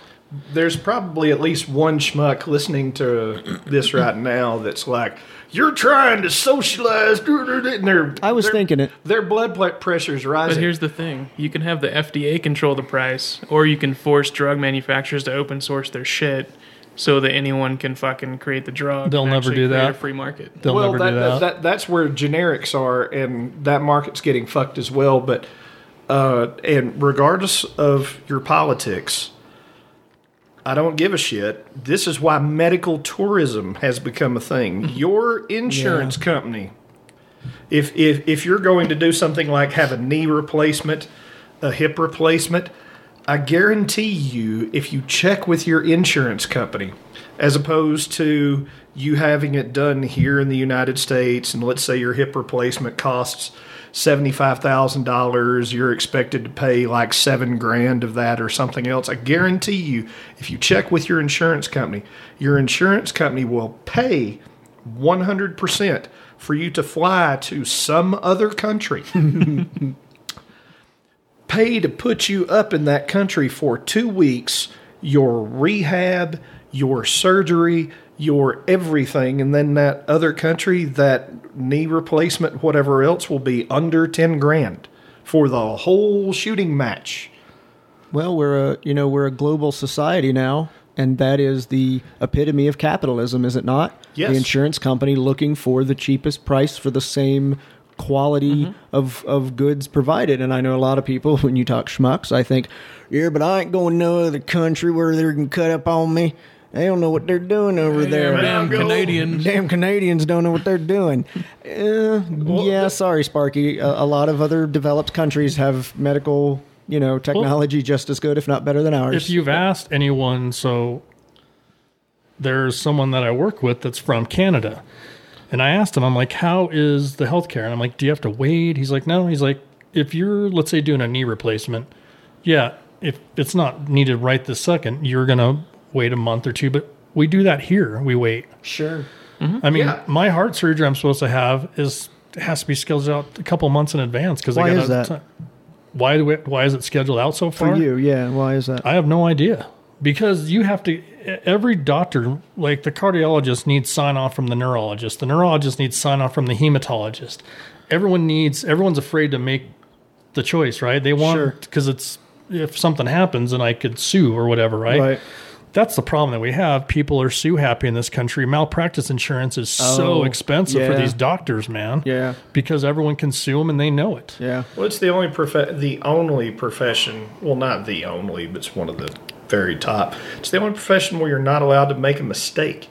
D: there's probably at least one schmuck listening to this right now that's like, "You're trying to socialize," and their
C: I was
D: their-
C: thinking it.
D: Their blood pl- pressure's
A: But
D: rising.
A: here's the thing you can have the FDA control the price, or you can force drug manufacturers to open source their shit so that anyone can fucking create the drug.
B: They'll
A: and
B: never
A: actually
B: do
A: create
B: that.
A: A free market.
B: They'll
D: well,
B: never
D: that,
B: do
D: that. that's where generics are, and that market's getting fucked as well. But uh, and regardless of your politics, I don't give a shit. This is why medical tourism has become a thing.
B: Mm-hmm.
D: Your insurance company, if if if you're going to do something like have a knee replacement, a hip replacement, I guarantee you, if you check with your insurance company, as opposed to you having it done here in the United States, and let's say your hip replacement costs seventy-five thousand dollars, you're expected to pay like seven grand of that or something else. I guarantee you, if you check with your insurance company, your insurance company will pay one hundred percent for you to fly to some other country pay to put you up in that country for two weeks, your rehab, your surgery, your everything, and then that other country, that knee replacement, whatever else, will be under 10 grand for the whole shooting match.
C: Well, we're a you know we're a global society now, and that is the epitome of capitalism, is it not?
D: Yes.
C: The insurance company looking for the cheapest price for the same quality of of goods provided. And I know a lot of people when you talk schmucks, I think, yeah, but I ain't going to no other country where they're gonna cut up on me. They don't know what they're doing over there.
A: Damn
D: go.
A: Canadians.
C: Damn Canadians don't know what they're doing. Uh, yeah, sorry, Sparky. A, a lot of other developed countries have medical, you know, technology just as good, if not better than ours.
B: if you've asked anyone, so there's someone that I work with that's from Canada. And I asked him, I'm like, how is the healthcare? And I'm like, do you have to wait? He's like, no. He's like, if you're, let's say, doing a knee replacement, yeah, if it's not needed right this second, you're going to wait a month or two. But We do that here. We wait.
C: Sure.
B: I mean,
C: Yeah.
B: my heart surgery I'm supposed to have is has to be scheduled out a couple months in advance because
C: Why
B: I got
C: is that?
B: Why do we, why is it scheduled out so
C: For
B: far?
C: you, yeah. Why is that?
B: I have no idea because you have to. Every doctor, like the cardiologist, needs sign off from the neurologist. The neurologist needs sign off from the hematologist. Everyone needs. Everyone's afraid to make the choice, right? They
C: Sure.
B: want because it's if something happens and I could sue or whatever, right?
C: Right.
B: That's the problem that we have. People are sue happy in this country. Malpractice insurance is
C: Oh,
B: so expensive
C: yeah.
B: for these doctors, man.
C: Yeah.
B: Because everyone can sue them and they know it.
C: Yeah.
D: Well, it's the only prof- the only profession. Well, not the only, but it's one of the very top. It's the only profession where you're not allowed to make a mistake.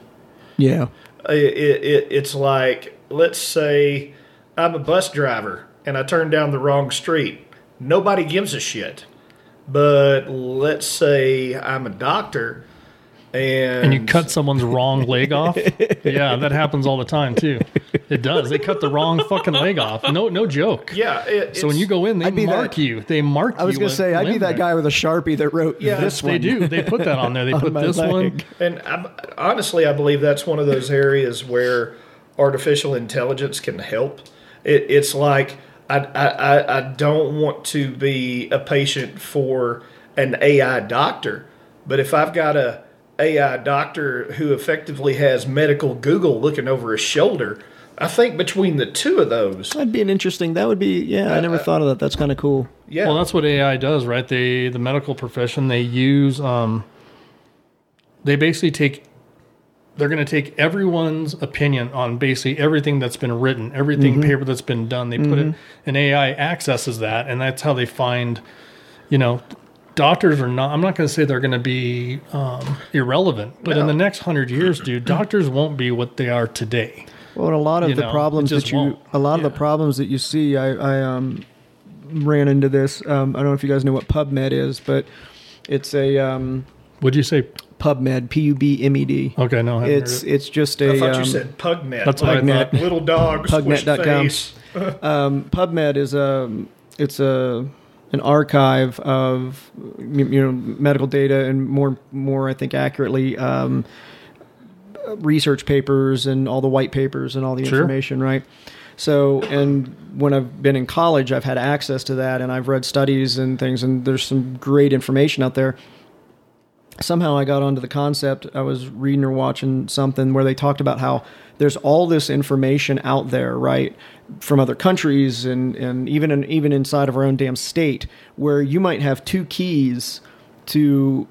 C: Yeah.
D: I- it, it, it's like let's say I'm a bus driver and I turn down the wrong street. Nobody gives a shit. But let's say I'm a doctor and,
B: and you cut someone's wrong leg off. Yeah, that happens all the time too. It does. They cut the wrong fucking leg off. No, no joke.
D: Yeah. It,
B: So when
D: it's-
B: you go in, they
C: I'd be
B: mark
C: that-
B: you. They mark.
C: I was
B: you
C: gonna
B: a
C: say I'd be
B: limb
C: that
B: there.
C: guy with a sharpie that wrote
D: Yeah,
C: this one.
B: They do. They put that on there. They put
C: my
B: this one.
C: leg.
D: And I, honestly, I believe that's one of those areas where artificial intelligence can help. It, it's like I, I, I- I don't want to be a patient for an AI doctor, but if I've got a AI doctor who effectively has medical Google looking over his shoulder, I think between the two of those,
C: That'd be an interesting. That would be.
B: Uh,
C: Yeah, I never thought of that. That's kind of cool.
D: yeah,
B: Well, that's what AI does, right? They the medical profession they use. Um, they basically take. They're going to take everyone's opinion on basically everything that's been written, everything paper that's been done. They put it, and AI accesses that, and that's how they find. You know, doctors are not. I'm not going to say they're going to be um, irrelevant, but in the next hundred years, dude, doctors won't be what they are today.
C: Well, and a lot of
B: You
C: the
B: know, it
C: problems
B: just
C: that you,
B: won't.
C: a lot of the problems that you see, I, I um, ran into this. Um, I don't know if you guys know what PubMed is, but it's a um,
B: Would you say?
C: PubMed, P U B M E D.
B: Okay, no, I haven't heard
C: It's
B: it.
C: it's just
D: I
C: a
D: thought
C: um,
D: you said PugNet.
B: That's what I
D: like
C: thought.
D: Little dog, squish
C: Pugnet.com.
D: face.
C: um, PubMed is a it's a an archive of you you know medical data and more more I think accurately um, research papers and all the white papers and all the
B: Sure.
C: information right. So and when I've been in college, I've had access to that and I've read studies and things and there's some great information out there somehow I got onto the concept. I was reading or watching something where they talked about how there's all this information out there, right, from other countries and and even in, even inside of our own damn state, where you might have two keys to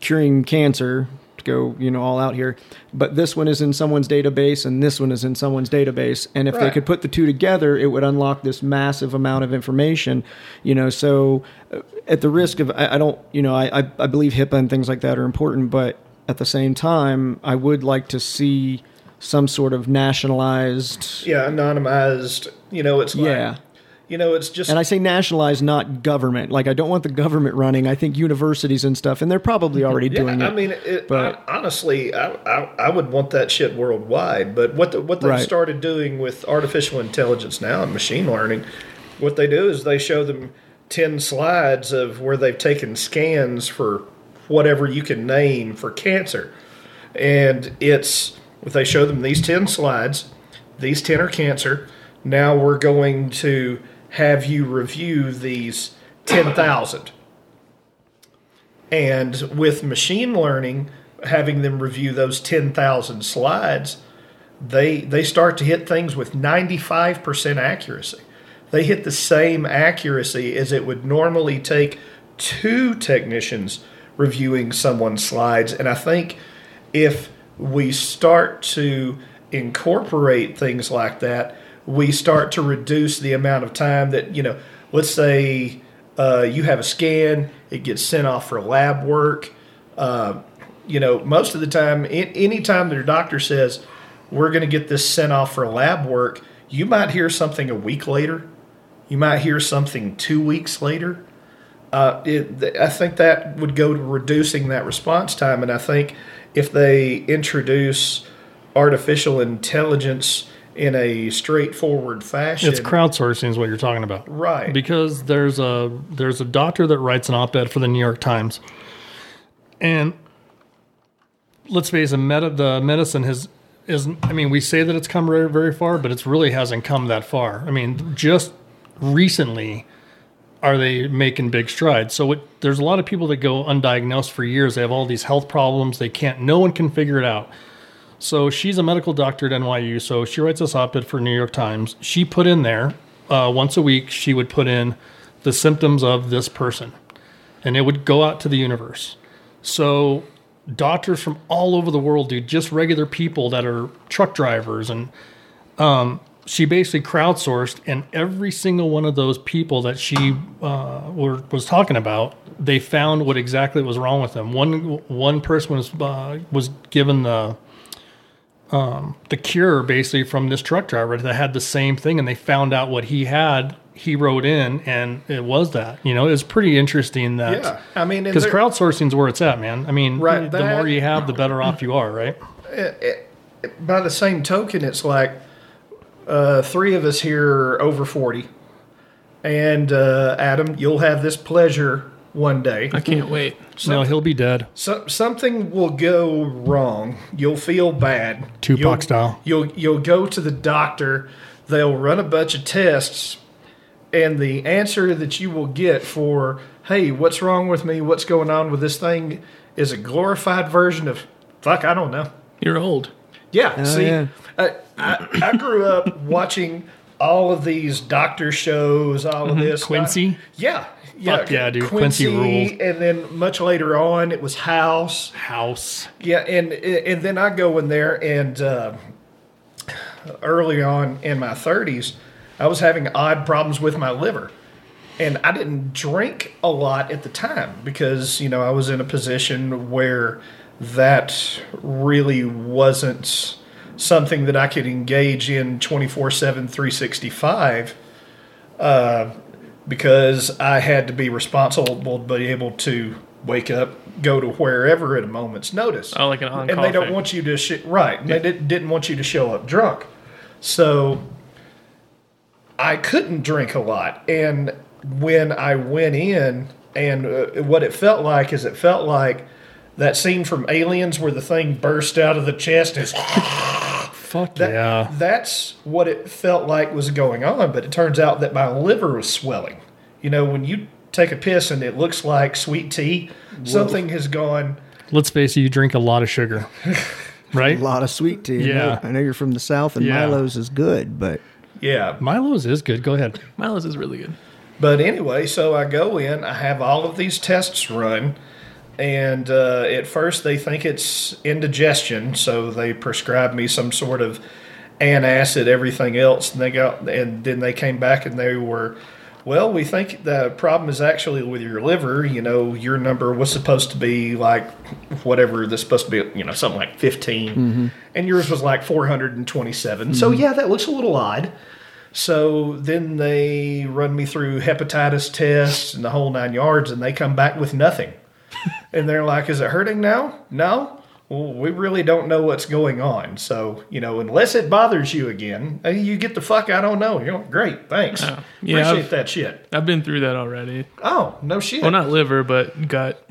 C: curing cancer. To go, you know, all out here, but this one is in someone's database and this one is in someone's database, and if they
D: Right.
C: could put the two together, it would unlock this massive amount of information, you know. So, uh, at the risk of, I, I don't, you know, I, I, I believe HIPAA and things like that are important, but at the same time, I would like to see some sort of nationalized,
D: Yeah, anonymized. You know, it's like,
C: yeah.
D: you know, it's just
C: And I say nationalized, not government. Like I don't want the government running. I think universities and stuff, and they're probably already doing it.
D: I mean, it,
C: but-
D: I, honestly, I, I I would want that shit worldwide. But what the, what they've
C: Right.
D: started doing with artificial intelligence now and machine learning, what they do is they show them ten slides of where they've taken scans for whatever you can name for cancer, and it's they show them these ten slides. These ten are cancer. Now we're going to have you review these ten thousand and with machine learning having them review those 10,000 slides they they start to hit things with 95% accuracy they hit the same accuracy as it would normally take two technicians reviewing someone's slides and i think if we start to incorporate things like that we start to reduce the amount of time that you know let's say uh, you have a scan, it gets sent off for lab work. Uh, you know, most of the time, a- any time their doctor says, we're going to get this sent off for lab work, you might hear something a week later. You might hear something two weeks later. Uh, it, th- I think that would go to reducing that response time. And I think if they introduce artificial intelligence in a straightforward fashion,
B: It's crowdsourcing is what you're talking about.
D: Right.
B: Because there's a there's a doctor that writes an op-ed for the New York Times. And let's face it, meta, the medicine has is. I mean, we say that it's come very, very far, but it really hasn't come that far. I mean, just recently are they making big strides. So it, there's a lot of people that go undiagnosed for years. They have all these health problems. They can't. No one can figure it out. So she's a medical doctor at NYU. So she writes this op-ed for New York Times. She put in there uh, once a week. She would put in the symptoms of this person, and it would go out to the universe. So doctors from all over the world, dude, just regular people that are truck drivers and um, she basically crowdsourced, and every single one of those people that she uh, were, was talking about, they found what exactly was wrong with them. One one person was uh, was given the um, the cure basically from this truck driver that had the same thing, and they found out what he had. He wrote in, and it was that. You know, it was pretty interesting that.
D: Yeah, I mean, and
B: because
D: there-
B: crowdsourcing's where it's at, man. I mean,
D: Right,
B: the
D: that-
B: more you have, the better off you are, right?
D: by the same token, it's like uh, three of us here are over 40. And uh, Adam, you'll have this pleasure one day.
A: I can't wait.
B: no, he'll be dead.
D: So, something will go wrong. You'll feel bad.
B: Tupac
D: You'll-
B: style.
D: You'll you'll go to the doctor. They'll run a bunch of tests, and the answer that you will get for "Hey, what's wrong with me? What's going on with this thing?" is a glorified version of "Fuck, I don't know."
A: You're old.
D: Yeah, see,
C: yeah.
D: I, I, I grew up watching all of these doctor shows, all of this
B: Mm-hmm. Quincy?
D: yeah, yeah,
B: Fuck yeah, dude, Quincy ruled.
D: And then much later on, it was House.
B: House.
D: Yeah, and and then I go in there, and uh, early on in my 30s, I was having odd problems with my liver, and I didn't drink a lot at the time because you know I was in a position where that really wasn't something that I could engage in 24 7 365 uh, because I had to be responsible to be able to wake up, go to wherever at a moment's notice.
A: Oh, like an on-call
D: And they don't
A: thing.
D: want you to sh- right. and They did, didn't want you to show up drunk, so I couldn't drink a lot. And when I went in, and uh, what it felt like is it felt like that scene from Aliens where the thing burst out of the chest is.
B: Fuck
D: That,
B: yeah.
D: That's what it felt like was going on, but it turns out that my liver was swelling. You know, when you take a piss and it looks like sweet tea, something has gone.
B: let's face it, you drink a lot of sugar, right?
C: A lot of sweet tea. I know-
B: Yeah.
C: I know you're from the South and
B: Yeah.
C: Milo's is good, but
D: Yeah.
B: Milo's is good. Go ahead.
A: Miles is really good.
D: But anyway, so I go in, I have all of these tests run, and uh, at first they think it's indigestion, so they prescribe me some sort of antacid, everything else, and they got, and then they came back and they were, well, we think the problem is actually with your liver. You know, your number was supposed to be like whatever that's supposed to be, you know, something like 15, and yours was like 427. So yeah, that looks a little odd. So then they run me through hepatitis tests and the whole nine yards, and they come back with nothing. and they're like, "Is it hurting now? No. Well, we really don't know what's going on. So you know, unless it bothers you again, hey, you get the fuck. I don't know. You're like, great. Thanks.
A: yeah,
D: Appreciate
A: I've-
D: that shit.
A: I've been through that already.
D: Oh no shit.
A: Well, not liver, but gut.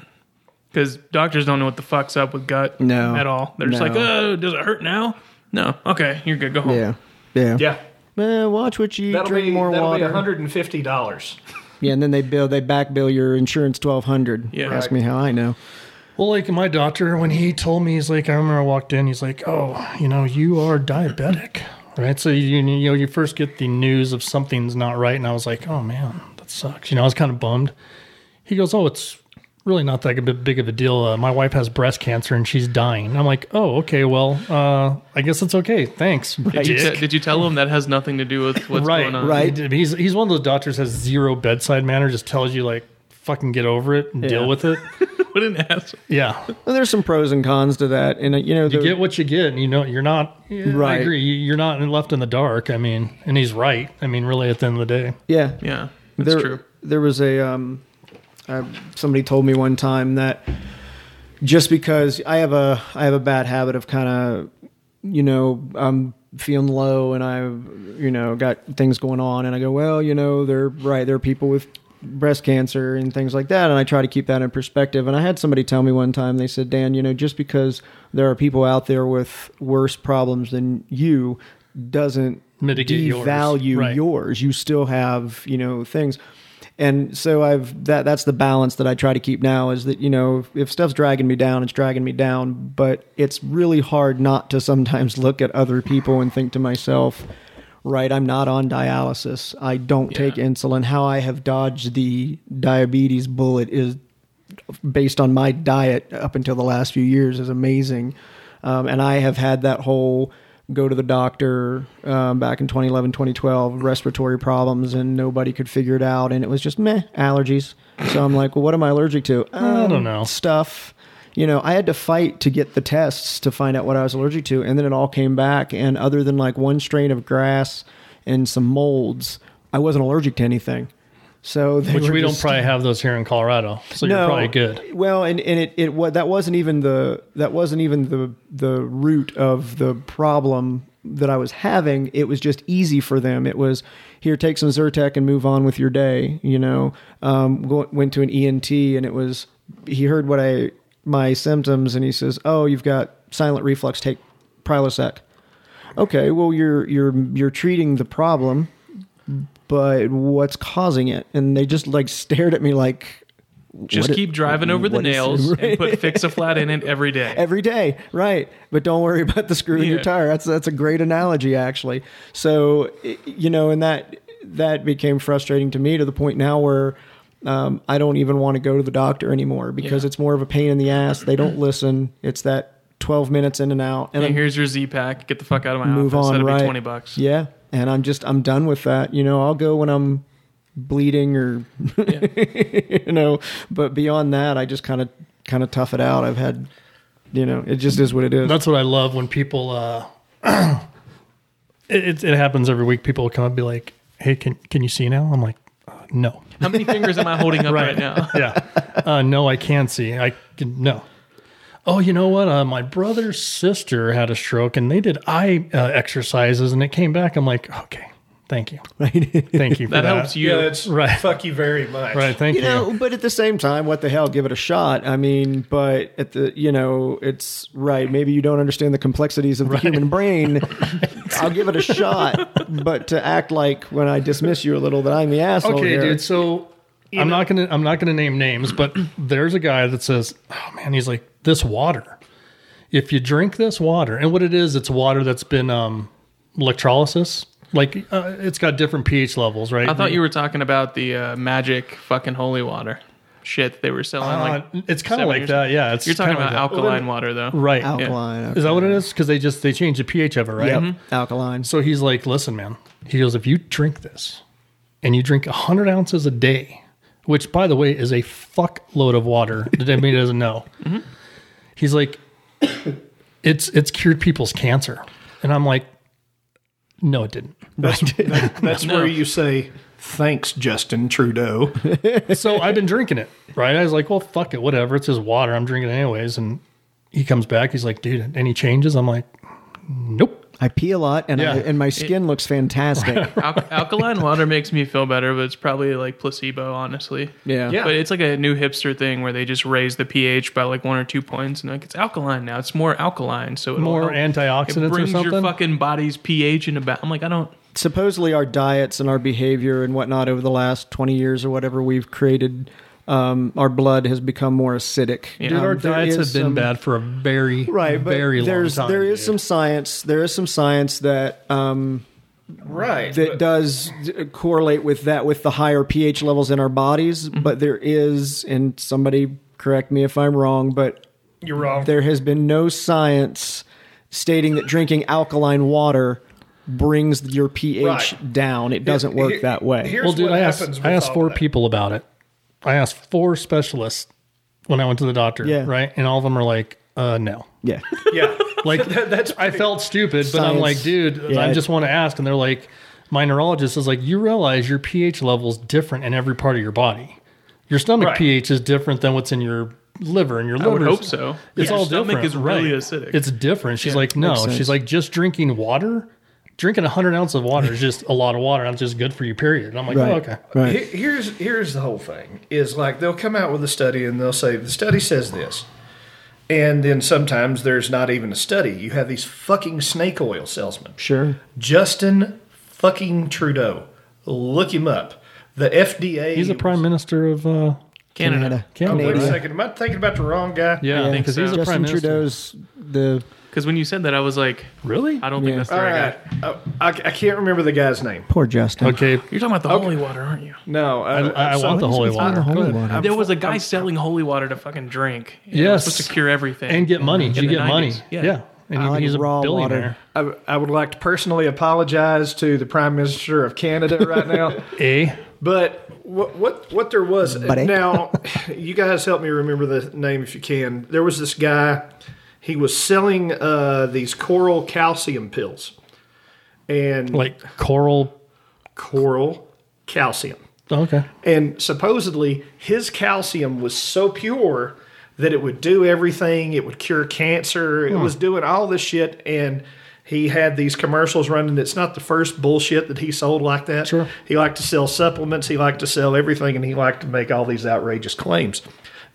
A: Because doctors don't know what the fuck's up with gut
C: No.
A: at all. They're just
C: No.
A: like, oh, does it hurt now? No. Okay, you're good. Go home.
C: yeah. Yeah.
D: yeah.
C: Eh, watch what you
D: That'll
C: drink
D: be
C: more
D: that'll be
C: water.
D: one hundred and fifty dollars.
C: yeah, and then they bill they back bill your insurance twelve hundred.
A: Yeah.
C: Ask
A: Right.
C: me how I know.
B: Well, like my doctor, when he told me, he's like, I remember I walked in, he's like, oh, you know, you are diabetic, right? So you you know, you first get the news of something's not right, and I was like, oh man, that sucks. You know, I was kind of bummed. He goes, oh, it's really not that big- big of a deal. Uh, my wife has breast cancer and she's dying. I'm like, oh, okay, well, uh, I guess it's okay. Thanks.
A: Did you,
B: dick."
A: te- did you tell them that has nothing to do with what's
B: right,
A: going on?
C: right.
B: He- He's he's one of those doctors has zero bedside manner. Just tells you like fucking get over it and deal
C: Yeah.
B: with it.
A: What an asshole.
B: Yeah,
C: Well, there's some pros and cons to that, and uh, you know,
B: you
C: the-
B: get what you get, and you know you're not. yeah, I
C: Right.
B: agree. You- You're not left in the dark. I mean, and he's right. I mean, really, at the end of the day,
C: yeah,
A: Yeah, that's
C: there,
A: true.
C: There was a um, uh, somebody told me one time that just because I have a I have a bad habit of kind of you know I'm feeling low and I've you know got things going on and I go well you know they're right there are people with breast cancer and things like that. And I try to keep that in perspective. And I had somebody tell me one time, they said, Dan, you know, just because there are people out there with worse problems than you doesn't
B: Mitigate yours.
C: devalue
B: Right.
C: yours. You still have, you know, things. And so I've that that's the balance that I try to keep now is that, you know, if, if stuff's dragging me down, it's dragging me down. But it's really hard not to sometimes look at other people and think to myself, right, I'm not on dialysis. I don't take insulin. How I have dodged the diabetes bullet is based on my diet up until the last few years is amazing. Um, and I have had that whole go to the doctor um, back in 2011, 2012, respiratory problems, and nobody could figure it out. And it was just meh, allergies. So I'm like, well, what am I allergic to? I
B: don't know.
C: Stuff. You know, I had to fight to get the tests to find out what I was allergic to. And then it all came back. And other than like one strain of grass and some molds, I wasn't allergic to anything. So they
B: Which
C: were
B: we don't
C: just-
B: probably have those here in Colorado, so you're probably good.
C: well, and, and it, it what that wasn't even the that wasn't even the the root of the problem that I was having. It was just easy for them. It was here, take some Zyrtec and move on with your day. You know, um, go, went to an ENT and it was he heard what I my symptoms and he says, oh, you've got silent reflux. Take Prilosec. Okay, well you're you're you're treating the problem but what's causing it? And they just like stared at me like
A: Just
C: what-
A: keep driving over the
C: what is-
A: nails and put fix a flat in it every day.
C: every day, right? But don't worry about the screw in your
A: Yeah.
C: tire. That's that's a great analogy, actually. So i- you know, and that that became frustrating to me to the point now where um, I don't even want to go to the doctor anymore because
A: Yeah.
C: it's more of a pain in the ass. They don't listen. It's that twelve minutes in and out, and
A: And
C: I'm-
A: here's your Z pack. Get the fuck out of my
C: move
A: office.
C: on.
A: That'll
C: right?
A: be twenty bucks.
C: Yeah, and I'm just I'm done with that. You know, I'll go when I'm bleeding or you know, but beyond that, I just kind of kind of tough it out. I've had, you know, it just is what it is.
B: That's what I love when people. Uh, it, it, it happens every week. People come up and be like, "Hey, can can you see now?" I'm like, uh, "No."
A: How many fingers am I holding up right, now?
B: yeah. Uh, no, I can see. I can, no. Oh, you know what? Uh, my brother's sister had a stroke, and they did eye uh, exercises, and it came back. I'm like, okay, thank you, thank you. For
A: That
B: that,
A: helps you.
B: right.
D: Fuck you very much.
B: Right, thank
C: you
B: you.
C: know, but at the same time, what the hell? Give it a shot. I mean, but at the you know, it's right. Maybe you don't understand the complexities of the human brain. I'll give it a shot, but to act like when I dismiss you a little that I'm the asshole.
B: okay,
C: here,
B: dude. So I'm not gonna I'm not gonna name names, but there's a guy that says, "Oh man," he's like, "This water. If you drink this water, and what it is, it's water that's been um, electrolysis. Like uh, it's got different pH levels, right?
A: I thought you were talking about the uh, magic fucking holy water shit that they were selling.
B: Uh,
A: like
B: it's kind
A: seven
B: of like
A: years
B: that,
A: ago.
B: yeah. It's
A: You're talking
B: kinda
A: about
B: like that.
A: alkaline water though,
B: right?
C: Alkaline.
B: Is that what it is? Because they just they changed the pH of it, right?
C: Yep.
A: Mm-hmm.
C: Alkaline.
B: So he's like, listen, man. He goes, if you drink this and you drink 100 ounces a day, which, by the way, is a fuckload of water that anybody doesn't know,
A: Mm-hmm.
B: he's like, it's it's cured people's cancer. And I'm like, no, it didn't.
D: That's, that- that's where you say, thanks, Justin Trudeau.
B: so I've been drinking it, right? I was like, well, fuck it, whatever. It's his water. I'm drinking it anyways. And he comes back. He's like, dude, any changes? I'm like, nope.
C: I pee a lot, and I,
B: Yeah.
C: and my skin looks fantastic.
A: Al- alkaline water makes me feel better, but it's probably like placebo, honestly.
C: Yeah. Yeah.
A: But it's like a new hipster thing where they just raise the pH by like one or two points, and like it's alkaline now. It's more alkaline, so it'll
B: More
A: help.
B: antioxidants or
A: It brings your
B: something?
A: fucking body's pH in about. I'm like, I don't.
C: supposedly our diets and our behavior and whatnot over the last 20 years or whatever we've created um, our blood has become more acidic
B: Dude,
C: Um,
B: our
C: there
B: diets
C: is
B: have been
C: some-
B: bad for a very,
C: right but
B: very long
C: there's
B: time.
C: there is
B: dude.
C: some science there is some science that um,
D: Right.
C: that does d- uh, correlate with that with the higher ph levels in our bodies
B: Mm-hmm.
C: but there is and somebody correct me if i'm wrong but
D: You're wrong.
C: there has been no science stating that drinking alkaline water brings your pH
D: Right.
C: down. It doesn't work
D: Here-
C: that way.
D: here's
B: well, dude,
D: what
B: I asked,
D: happens with
B: I asked
D: all
B: four
D: that.
B: people about it. I asked four specialists when I went to the doctor,
C: Yeah.
B: right? And all of them are like, uh, no.
C: yeah.
D: Yeah.
B: Like, that's I felt stupid, but I'm
C: Science.
B: like, dude,
C: Yeah.
B: I just want to ask. And they're like, my neurologist is like, you realize your pH level's different in every part of your body. Your stomach
D: Right.
B: pH is different than what's in your liver, and your
A: I
B: liver.
A: would hope so.
B: It's
A: Your
B: all
A: stomach
B: different.
A: is really
B: right.
A: acidic.
B: It's different. She's like, no.
C: sense.
B: She's like, just drinking water drinking 100 ounces of water is just a lot of water. and It's just good for you, period. And I'm like,
C: Right.
B: oh, okay.
C: Right.
D: Here- Here's here's the whole thing is like they'll come out with a study and they'll say the study says this, and then sometimes there's not even a study. You have these fucking snake oil salesmen.
C: Sure.
D: Justin fucking Trudeau, look him up. The FDA.
B: He's a prime minister of uh,
A: Canada.
B: Canada.
D: Wait a
B: right?
D: second, am I thinking about the wrong guy?
A: Yeah, I think
B: because
A: so.
B: he's a prime
C: Justin
B: minister.
C: Trudeau's the
A: Because when you said that, I was like,
B: Really?
A: I don't think
C: Yeah.
A: that's the
D: All
A: right,
D: right.
A: guy.
D: I, Oh, I, I can't remember the guy's name.
C: poor Justin.
B: Okay.
A: You're talking about the holy water, aren't you?
D: No,
B: I, I want the holy water.
C: the holy
B: Go ahead.
C: water.
A: there was a guy selling holy water to fucking drink. and it was
B: Yes.
A: supposed to cure everything
B: And get money.
A: In
B: you
A: the
B: get money.
A: 90s.
B: Yeah.
A: Yeah.
B: And
C: I
B: he-
C: like
B: he's a
C: raw water.
B: billionaire.
D: I, I would like to personally apologize to the Prime Minister of Canada right now.
B: A.
D: But what what what there was
F: Buddy.
D: now, you guys help me remember the name if you can. There was this guy. He was selling uh, these coral calcium pills, and
B: Like coral.
D: coral calcium.
B: Okay.
D: And supposedly his calcium was so pure that it would do everything. It would cure cancer.
B: Hmm.
D: It was doing all this shit. And he had these commercials running. It's not the first bullshit that he sold like that.
B: Sure.
D: He liked to sell supplements. He liked to sell everything. And he liked to make all these outrageous claims.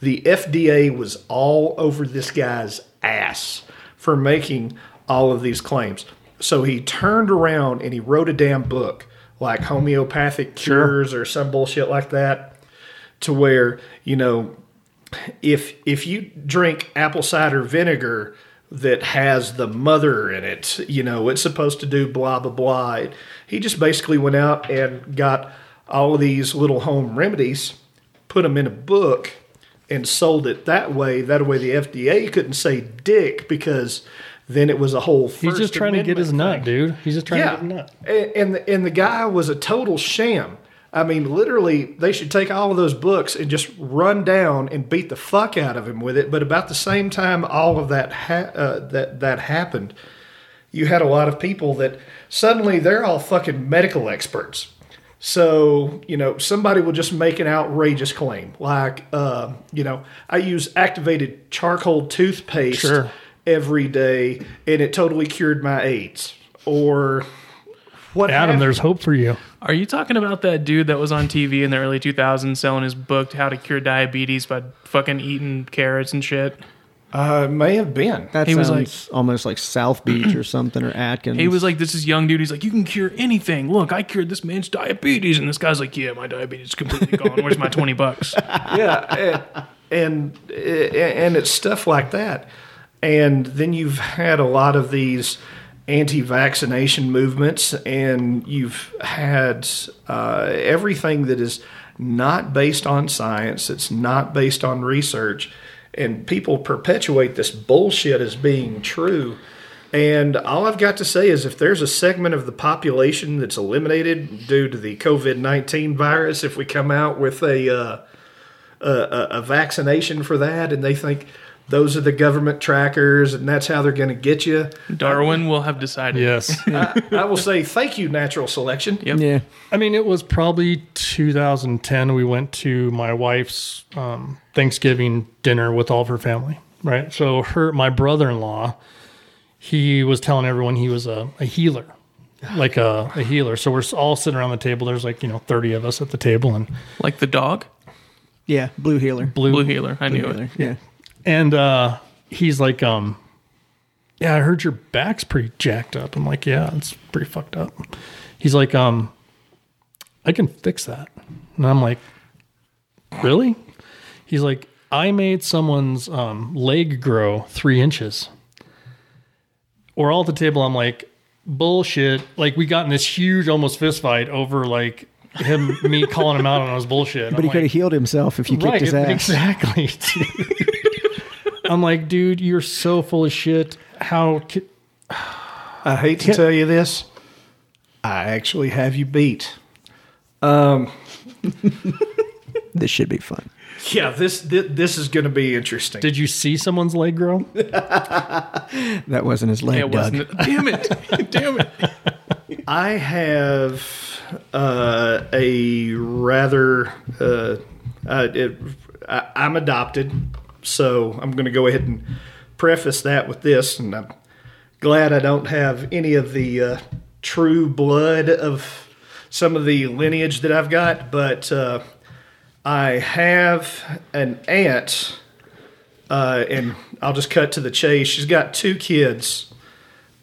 D: The FDA was all over this guy's ass for making all of these claims. So he turned around and he wrote a damn book like homeopathic cures or some bullshit like that to where you know if if you drink apple cider vinegar that has the mother in it you know it's supposed to do blah blah blah he just basically went out and got all of these little home remedies put them in a book and sold it that way that way the fda couldn't say dick because then it was a whole
B: He's
D: First
B: just trying to get his
D: Amendment
B: nut,
D: thing.
B: dude. He's just trying to
D: Yeah,
B: get a nut.
D: and and the, and the guy was a total sham. I mean, literally, they should take all of those books and just run down and beat the fuck out of him with it. But about the same time, all of that ha- uh, that that happened, you had a lot of people that suddenly they're all fucking medical experts. So you know, somebody will just make an outrageous claim, like uh, you know, I use activated charcoal toothpaste
B: Sure.
D: every day, and it totally cured my AIDS. Or what?
B: Adam,
D: have
B: there's hope for you.
A: Are you talking about that dude that was on TV in the early 2000s selling his book How to Cure Diabetes by fucking eating carrots and shit?
D: Uh, it may have been.
C: That
A: He was
C: sounds almost like South Beach or something or Atkins.
A: He was like, "This is young dude." He's like, "You can cure anything. Look, I cured this man's diabetes." And this guy's like, "Yeah, my diabetes is completely gone. Where's my twenty bucks?"
D: yeah, and, and and it's stuff like that. And then you've had a lot of these anti-vaccination movements, and you've had uh, everything that is not based on science. It's not based on research, and people perpetuate this bullshit as being true. And all I've got to say is if there's a segment of the population that's eliminated due to the COVID 19 virus, if we come out with a, uh, a, a vaccination for that and they think those are the government trackers and that's how they're going to get you,
A: Darwin will have decided.
B: Yes.
D: I will say thank you, natural selection.
A: Yep.
C: yeah,
B: I mean, it was probably 2010. We went to my wife's um, Thanksgiving dinner with all of her family, right? So her, my brother-in-law, he was telling everyone he was a, a healer, like a, a healer. So we're all sitting around the table. There's like you know 30 of us at the table, and
A: Like the dog,
C: yeah, blue healer,
B: blue,
A: blue healer. I knew
C: Blue
A: it.
C: healer. Yeah,
B: and uh, he's like, um, "Yeah, I heard your back's pretty jacked up." I'm like, "Yeah, it's pretty fucked up." He's like, um, "I can fix that," and I'm like, "Really?" He's like, "I made someone's um, leg grow three inches." We're all at the table. I'm like, "Bullshit!" Like we got in this huge, almost fist fight over like him, me calling him out on his bullshit.
F: But he could have healed himself if you kicked his
B: it-
F: ass.
B: Exactly. dude. I'm like, dude, you're so full of shit. How? Ki-
D: I hate to tell you this, I actually have you beat.
F: This should be fun.
D: Yeah, this this, this is going to be interesting.
B: did you see someone's leg grow?
C: that wasn't his leg.
A: It wasn't. Damn it! Damn it!
D: I have uh, a rather. Uh, uh, it, I, I'm adopted, so I'm going to go ahead and preface that with this, and I'm glad I don't have any of the uh, true blood of some of the lineage that I've got, but uh, I have an aunt, uh, and I'll just cut to the chase. She's got two kids,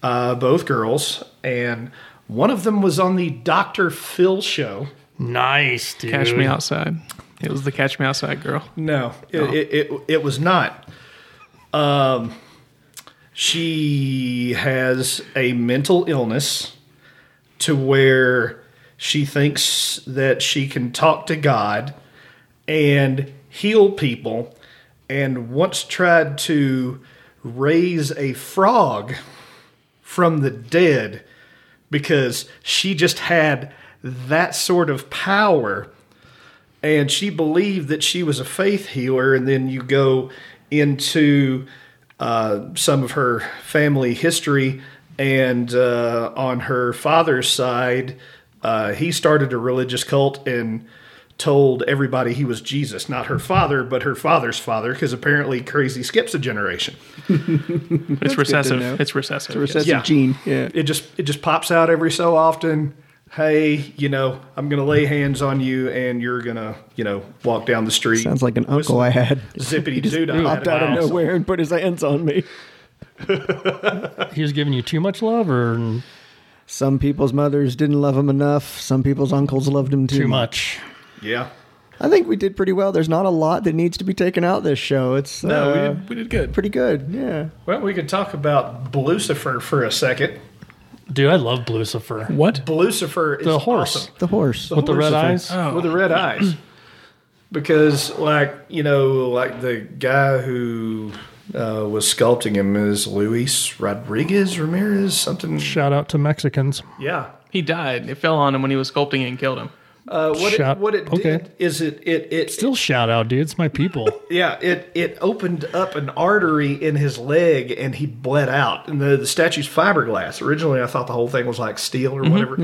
D: uh, both girls, and one of them was on the Dr. Phil show.
B: Nice, dude.
A: Catch me outside. It was the catch me outside girl.
D: No, it, It, it it was not. Um, she has a mental illness to where she thinks that she can talk to God and heal people, and once tried to raise a frog from the dead because she just had that sort of power and she believed that she was a faith healer. And then you go into uh, some of her family history, and uh, on her father's side, uh, he started a religious cult and told everybody he was Jesus, not her father, but her father's father, because apparently crazy skips a generation.
A: It's
G: know.
A: recessive. It's recessive. yes.
C: Recessive
D: Yeah.
C: gene. Yeah.
D: it just it just pops out every so often. Hey, you know, I'm gonna lay hands on you, and you're gonna, you know, walk down the street.
C: Sounds like an uncle I had.
D: zippity doo
C: Popped out of nowhere and put his hands on me.
B: He was giving you too much love or
C: Some people's mothers didn't love him enough. Some people's uncles loved him too,
B: too much?
D: Yeah.
C: I think we did pretty well. There's not a lot that needs to be taken out this show. It's
A: No, we
C: uh,
A: did, we did good.
C: pretty good. Yeah.
D: Well, we could talk about Blucifer for a second.
B: Dude, I love Lucifer.
A: What?
D: Blucifer is
B: The horse
D: awesome.
C: The horse.
B: with the red
D: Lucifer.
B: eyes.
A: Oh.
D: with the red eyes, because like you know, like the guy who uh, was sculpting him is Luis Rodriguez Ramirez something.
B: Shout out to Mexicans.
D: Yeah.
A: He died. It fell on him when he was sculpting it and killed him.
D: Uh, what
B: Shot-
D: it, what it
B: okay.
D: did is it it it
B: Still shout out, dude. It's my people.
D: Yeah, it it opened up an artery in his leg and he bled out. And the, the statue's fiberglass. Originally, I thought the whole thing was like steel or whatever,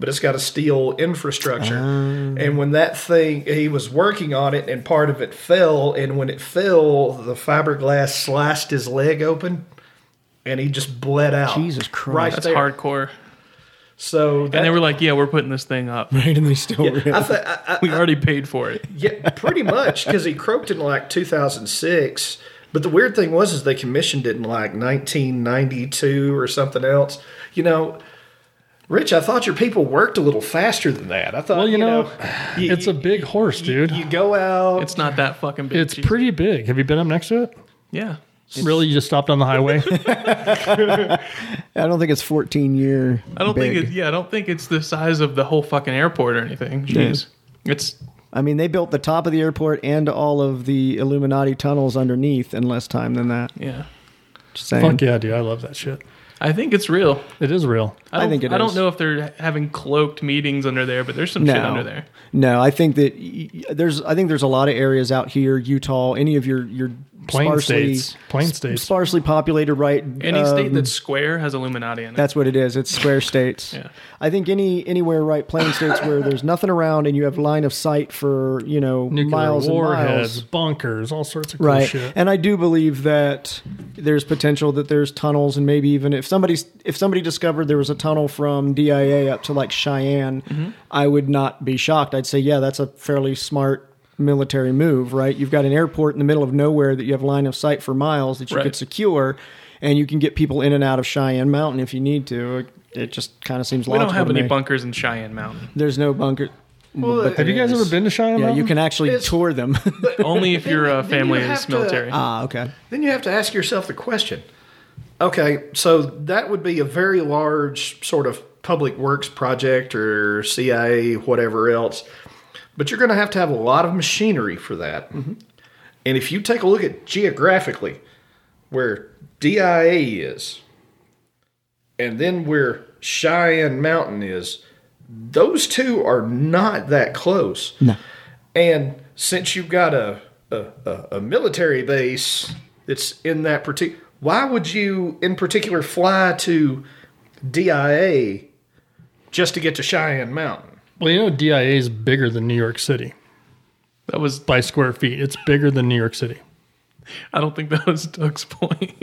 D: but it's got a steel infrastructure. And when that thing, he was working on it and part of it fell. And when it fell, the fiberglass sliced his leg open and he just bled out.
C: Jesus Christ.
D: Right
A: That's
D: there.
A: hardcore.
D: So that,
A: And they were like, "Yeah, we're putting this thing up.
C: Right, and they still were.
D: I, th- I, I,
A: We already paid for it."
D: Yeah, pretty much, because he croaked in like 2006. But the weird thing was, is they commissioned it in like 1992 or something else. You know, Rich, I thought your people worked a little faster than that. I thought,
B: Well, you know,
D: you-
B: it's a big horse, dude.
D: you go out.
A: It's not that fucking big.
B: It's
A: Jesus.
B: pretty big. Have you been up next to it?
A: Yeah.
B: Really, you just stopped on the highway?
C: I don't think it's 14 year.
A: I don't think it, yeah, I don't think it's the size of the whole fucking airport or anything. Jeez. It's
C: I mean, they built the top of the airport and all of the Illuminati tunnels underneath in less time than that.
A: yeah.
C: Just saying.
B: Fuck yeah, dude. I love that shit.
A: I think it's real.
B: It is real.
A: I,
C: I
A: don't,
C: think it
A: I don't
C: is.
A: know if they're having cloaked meetings under there, but there's some shit under there.
C: No, I think that y- y- there's I think there's a lot of areas out here, Utah, any of your your
B: Plain
C: sparsely
B: states. Plain states.
C: sparsely populated right
A: Any
C: um,
A: state that's square has Illuminati in it.
C: That's what it is. It's square states.
A: Yeah.
C: I think any anywhere right plain states where there's nothing around and you have line of sight for, you know,
B: Nuclear
C: miles
B: warheads,
C: and miles.
B: bunkers, all sorts of cool
C: Right.
B: shit.
C: And I do believe that there's potential that there's tunnels and maybe even if somebody if somebody discovered there was a tunnel from DIA up to like Cheyenne,
A: Mm-hmm.
C: I would not be shocked. I'd say, yeah, that's a fairly smart military move, right? You've got an airport in the middle of nowhere that you have line of sight for miles that you
A: Right.
C: could secure and you can get people in and out of Cheyenne Mountain if you need to. It just kind of seems
A: we
C: logical.
A: don't have
C: to
A: any
C: me.
A: bunkers in Cheyenne Mountain.
C: There's no bunker.
D: Well,
B: Have you guys ever been to Cheyenne?
C: Yeah, you
B: Mountain?
C: can actually
D: It's-
C: tour them.
A: Only if your uh,
D: Then you
A: family
D: have
A: is
D: to- uh,
A: military.
C: ah, okay.
D: then you have to ask yourself the question. Okay, so that would be a very large sort of public works project or CIA, whatever else. But you're going to have to have a lot of machinery for that. And if you take a look at geographically where DIA is, and then where Cheyenne Mountain is, those two are not that close. And since you've got a a, a, a military base that's in that particular, why would you in particular fly to DIA just to get to Cheyenne Mountain?
B: Well, you know, DIA is bigger than New York City
A: that was
B: by square feet. It's bigger than New York City.
A: I don't think that was Doug's point.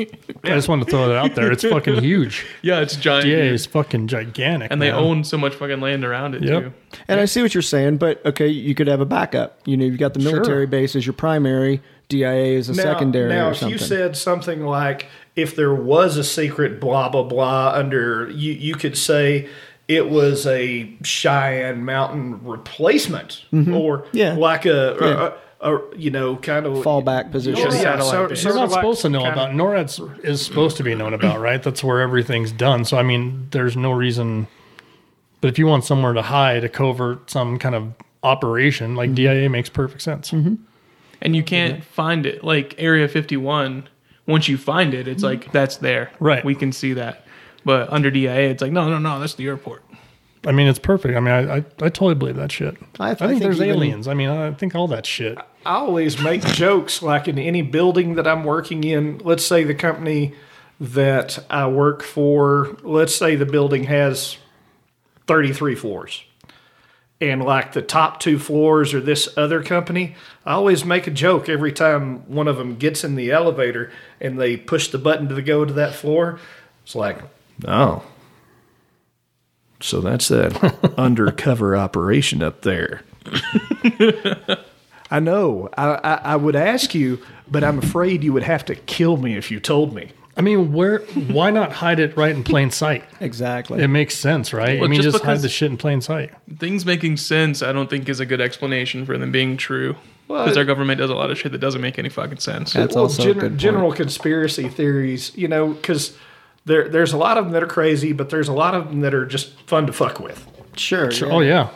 B: I just wanted to throw that out there. It's fucking huge.
A: yeah, it's giant.
B: DA
A: here.
B: is fucking gigantic.
A: And they
B: man.
A: own so much fucking land around it
B: Yep.
A: too.
F: And I see what you're saying, but okay, you could have a backup. You know, you've got the military base as your primary, DIA as a secondary
D: Now,
F: or
D: if
F: something.
D: you said something like, "If there was a secret blah blah blah," under you, you could say it was a Cheyenne Mountain replacement, or
F: Mm-hmm. Yeah.
D: like a, a, a- you know kind of
F: Fallback position.
D: Yeah,
A: Satellite
D: so-
A: base.
D: sort
B: You're
D: of
B: not
D: like
B: supposed to know
D: kinda-
B: about NORAD's is supposed to be known about, right? That's where everything's done. So I mean, there's no reason. But if you want somewhere to hide, a covert, some kind of operation, like DIA makes perfect sense.
A: And you can't find it. Like Area 51, once you find it, it's like, that's there.
B: Right.
A: We can see that. But under DIA, it's like, no, no, no, that's the airport.
B: I mean, it's perfect. I mean, I I, I totally believe that shit.
F: I-
B: I,
F: I
B: think,
F: think
B: there's
F: even-
B: aliens. I mean, I think all that shit.
D: I always make jokes like in any building that I'm working in, let's say the company that I work for, let's say the building has 33 floors. And like the top two floors are this other company. I always make a joke every time one of them gets in the elevator and they push the button to go to that floor. It's like, oh. So that's that undercover operation up there. I know. I, I, I would ask you, but I'm afraid you would have to kill me if you told me.
B: I mean, where? why not hide it right in plain sight?
F: exactly.
B: It makes sense, right?
A: Well,
B: I mean,
A: just
B: just, hide
A: because-
B: the shit in plain sight.
A: Things making sense, I don't think, is a good explanation for them being true. Because our government does a lot of shit that doesn't make any fucking sense.
C: That's
D: well,
C: also a
D: gen-
C: good point.
D: general conspiracy theories, you know, because there, there's a lot of them that are crazy, but there's a lot of them that are just fun to fuck with.
F: sure.
B: Sure.
F: yeah.
B: Oh yeah,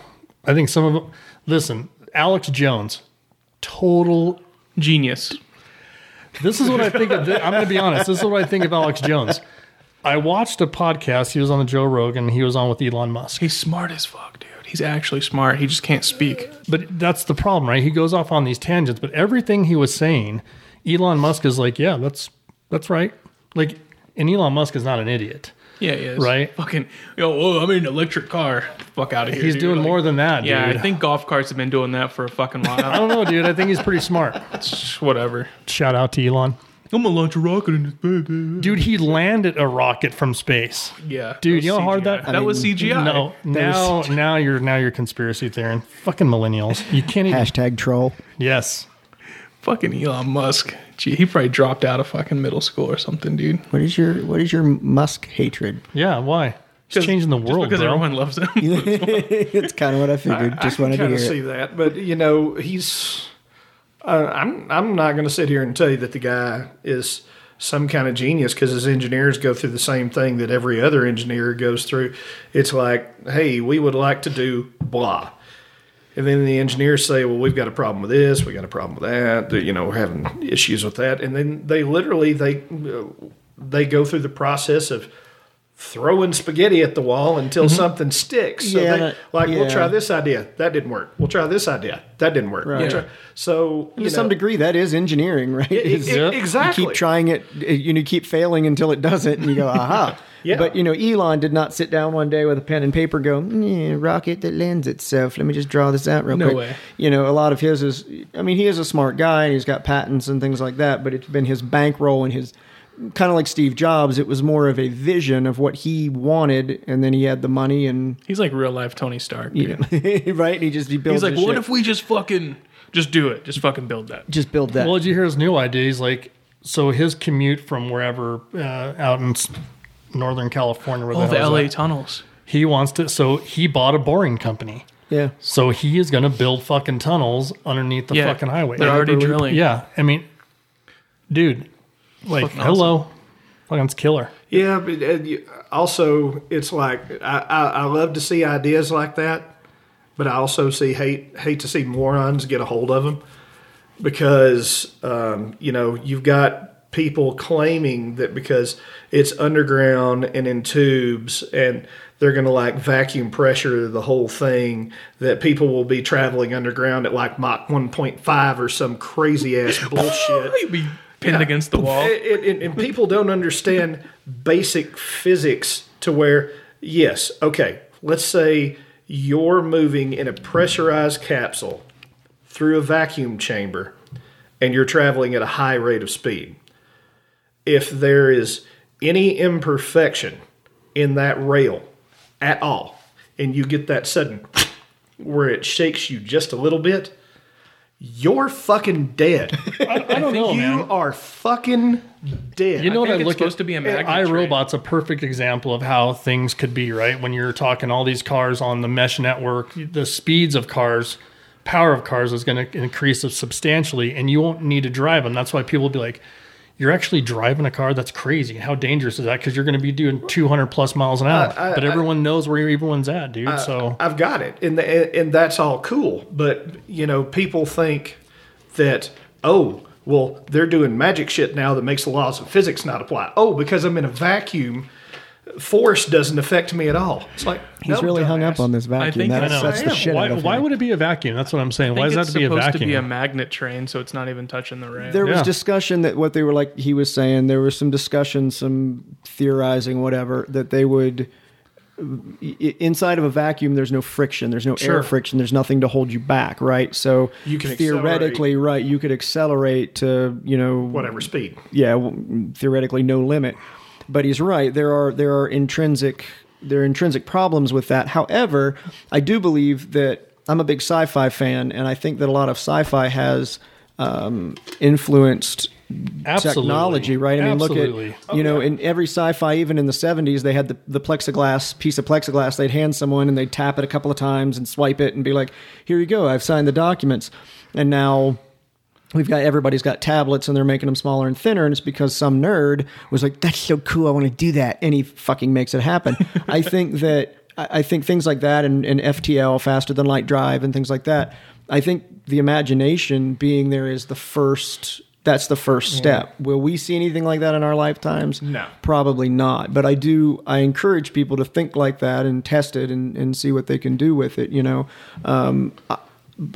B: I think some of them. Listen, Alex Jones, total
A: Genius.
B: This is what I think. Of thi- I'm going to be honest. This is what I think of Alex Jones. I watched a podcast. He was on the Joe Rogan. He was on with Elon Musk.
A: He's smart as fuck, dude. He's actually smart. He just can't speak.
B: But that's the problem, right? He goes off on these tangents. But everything he was saying, Elon Musk is like, yeah, that's that's right. Like, and Elon Musk is not an idiot.
A: Yeah, yeah.
B: Right.
A: Fucking, yo, whoa, I'm in an electric car. Fuck out of here.
B: He's
A: dude.
B: doing
A: Like,
B: more than that,
A: Yeah,
B: dude.
A: I think golf carts have been doing that for a fucking
B: I
A: while.
B: don't know, dude. I think he's pretty smart.
A: It's Whatever.
B: Shout out to Elon,
A: I'm gonna launch a rocket in this baby.
B: dude. He landed a rocket from space.
A: Yeah,
B: Dude,
A: that
B: you know how hard
A: was
B: that-
A: CGI. that was CGI.
B: No, now now you're now you're conspiracy theory. Fucking millennials. You can't even.
F: Hashtag troll.
B: Yes.
A: fucking Elon Musk. Gee, he probably dropped out of fucking middle school or something, dude.
F: What is your what is your Musk hatred?
B: Yeah. Why? He's changing the
A: Just
B: world,
A: because
B: bro.
A: everyone loves him.
F: it's kind of what I figured. Just
D: I
F: wanted to hear
D: kind of see
F: it.
D: that, but you know, he's. Uh, I'm I'm not going to sit here and tell you that the guy is some kind of genius because his engineers go through the same thing that every other engineer goes through. It's like, hey, we would like to do blah. And then the engineers say, "Well, we've got a problem with this. We got a problem with that. that, You know, we're having issues with that." And then they literally they they go through the process of throwing spaghetti at the wall until something sticks. So
F: Mm-hmm. Yeah,
D: they,
F: that-
D: like we'll
F: yeah.
D: try this idea, that didn't work. We'll try this idea, that didn't work. We'll
F: Right.
D: try- So
F: To
D: you
F: some
D: know,
F: degree, that is engineering, right? Is-
D: e-
F: you
D: exactly.
F: keep trying it, uh, you know, keep failing until it doesn't, and you go, aha.
D: Yeah.
F: But you know, Elon did not sit down one day with a pen and paper, go, "Mm, yeah, rocket that lends itself. Let me just draw this out real
A: No
F: quick.
A: way.
F: You know, a lot of his is, I mean, he is a smart guy and he's got patents and things like that. But it's been his bankroll and his kind of like Steve Jobs. It was more of a vision of what he wanted, and then he had the money and
A: He's like real life Tony Stark.
F: you know, right? And he just he builds.
A: He's like,
F: his
A: what
F: shit.
A: if we just fucking just do it? Just fucking build that.
F: just build that?
B: Well, did you hear his new idea? He's like, so his commute from wherever uh, out in s- Northern California, where
A: All
B: the,
A: the
B: hell is
A: LA
B: that,
A: tunnels.
B: he wants to. So he bought a boring company.
F: yeah.
B: So he is going to build fucking tunnels underneath the
A: Yeah,
B: fucking highway.
A: they're already drilling.
B: Yeah, I mean, dude, like,
A: Fucking awesome.
B: hello, fucking it's killer.
D: yeah. But uh, you- also, it's like I, I, I love to see ideas like that, but I also see hate hate to see morons get a hold of them because um, you know you've got people claiming that because it's underground and in tubes and they're going to like vacuum pressure the whole thing that people will be traveling underground at like Mach 1.5 or some crazy ass bullshit
A: Oh, He'd be pinned against the wall.
D: and, and- and- and people don't understand basic physics to where yes okay let's say you're moving in a pressurized capsule through a vacuum chamber and you're traveling at a high rate of speed. If there is any imperfection in that rail at all, and you get that sudden where it shakes you just a little bit, you're fucking dead.
B: I don't know,
D: you
B: man.
D: are fucking dead.
B: You know what
A: think
B: I
A: it's
B: look
A: supposed
B: at,
A: to be a magnet train.
B: iRobot's a perfect example of how things could be, right? When you're talking all these cars on the mesh network, the speeds of cars, power of cars is going to increase substantially, and you won't need to drive them. That's why people will be like, "You're actually driving a car? That's crazy! How dangerous is that? Because you're going to be doing 200 plus miles an hour." but everyone knows where everyone's at, dude. so
D: I've got it, and the, and that's all cool. But you know, people think that oh, well, they're doing magic shit now that makes the laws of physics not apply. Oh, because I'm in a vacuum, force doesn't affect me at all. It's like
C: He's really hung up on this
A: I
C: vacuum.
A: think
C: That
A: I know.
C: upsets the shit
B: why,
C: out of
B: why
C: me.
B: would it be a vacuum? That's what I'm saying. Why
A: I think
B: is that
A: it's
B: to be a
A: supposed
B: vacuum?
A: to be a magnet train, so it's not even touching the rail.
C: There was
B: Yeah.
C: discussion that what they were like he was saying. There was some discussion, some theorizing, whatever, that they would i- inside of a vacuum. There's no friction. There's no air friction. There's nothing to hold you back, right? So
D: You can
C: theoretically, right, you could accelerate to you know
D: whatever speed.
C: yeah, w- theoretically no limit. But he's right. There are there are intrinsic there are intrinsic problems with that. However, I do believe that I'm a big sci-fi fan, and I think that a lot of sci-fi has um, influenced
B: Absolutely.
C: technology, right? I mean,
B: Absolutely.
C: look at you know, in every sci-fi, even in the '70s, they had the, the plexiglass piece of plexiglass. They'd hand someone and they'd tap it a couple of times and swipe it and be like, "Here you go, I've signed the documents." And now we've got everybody's got tablets and they're making them smaller and thinner, and it's because some nerd was like, "That's so cool, I want to do that," and he fucking makes it happen. I think that I I think things like that and, and FTL, faster than light drive, and things like that. I think the imagination being there is the first that's the first step. Will we see anything like that in our lifetimes?
D: No.
C: Probably not. But I do, I encourage people to think like that and test it and, and see what they can do with it. You know, um, I,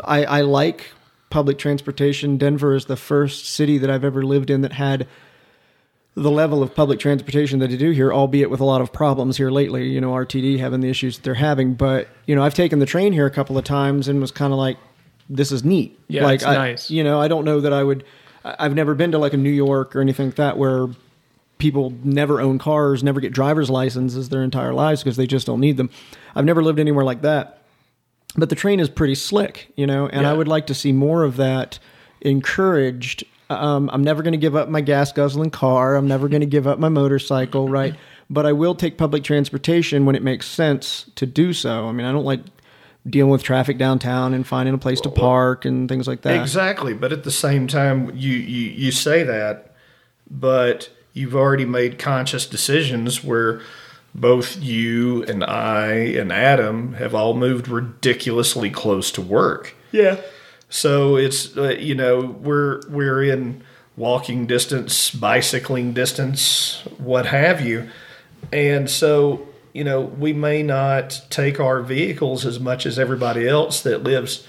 C: I I like public transportation. Denver is the first city that I've ever lived in that had the level of public transportation that they do here, albeit with a lot of problems here lately, you know, RTD having the issues that they're having. But, you know, I've taken the train here a couple of times and was kind of like, this is neat.
A: Yeah,
C: like,
A: it's
C: I-
A: nice.
C: You know, I don't know that I would, I- I've never been to like a New York or anything like that where people never own cars, never get driver's licenses their entire lives because they just don't need them. I've never lived anywhere like that but the train is pretty slick, you know, and I would like to see more of that encouraged. Um, I'm never going to give up my gas guzzling car. I'm never going to give up my motorcycle, right? But I will take public transportation when it makes sense to do so. I mean, I don't like dealing with traffic downtown and finding a place to park and things like that.
D: Exactly, but at the same time, you, you you say that, but you've already made conscious decisions where both you and I and Adam have all moved ridiculously close to work.
B: yeah.
D: So it's uh, you know we're we're in walking distance, bicycling distance, what have you, and so you know we may not take our vehicles as much as everybody else that lives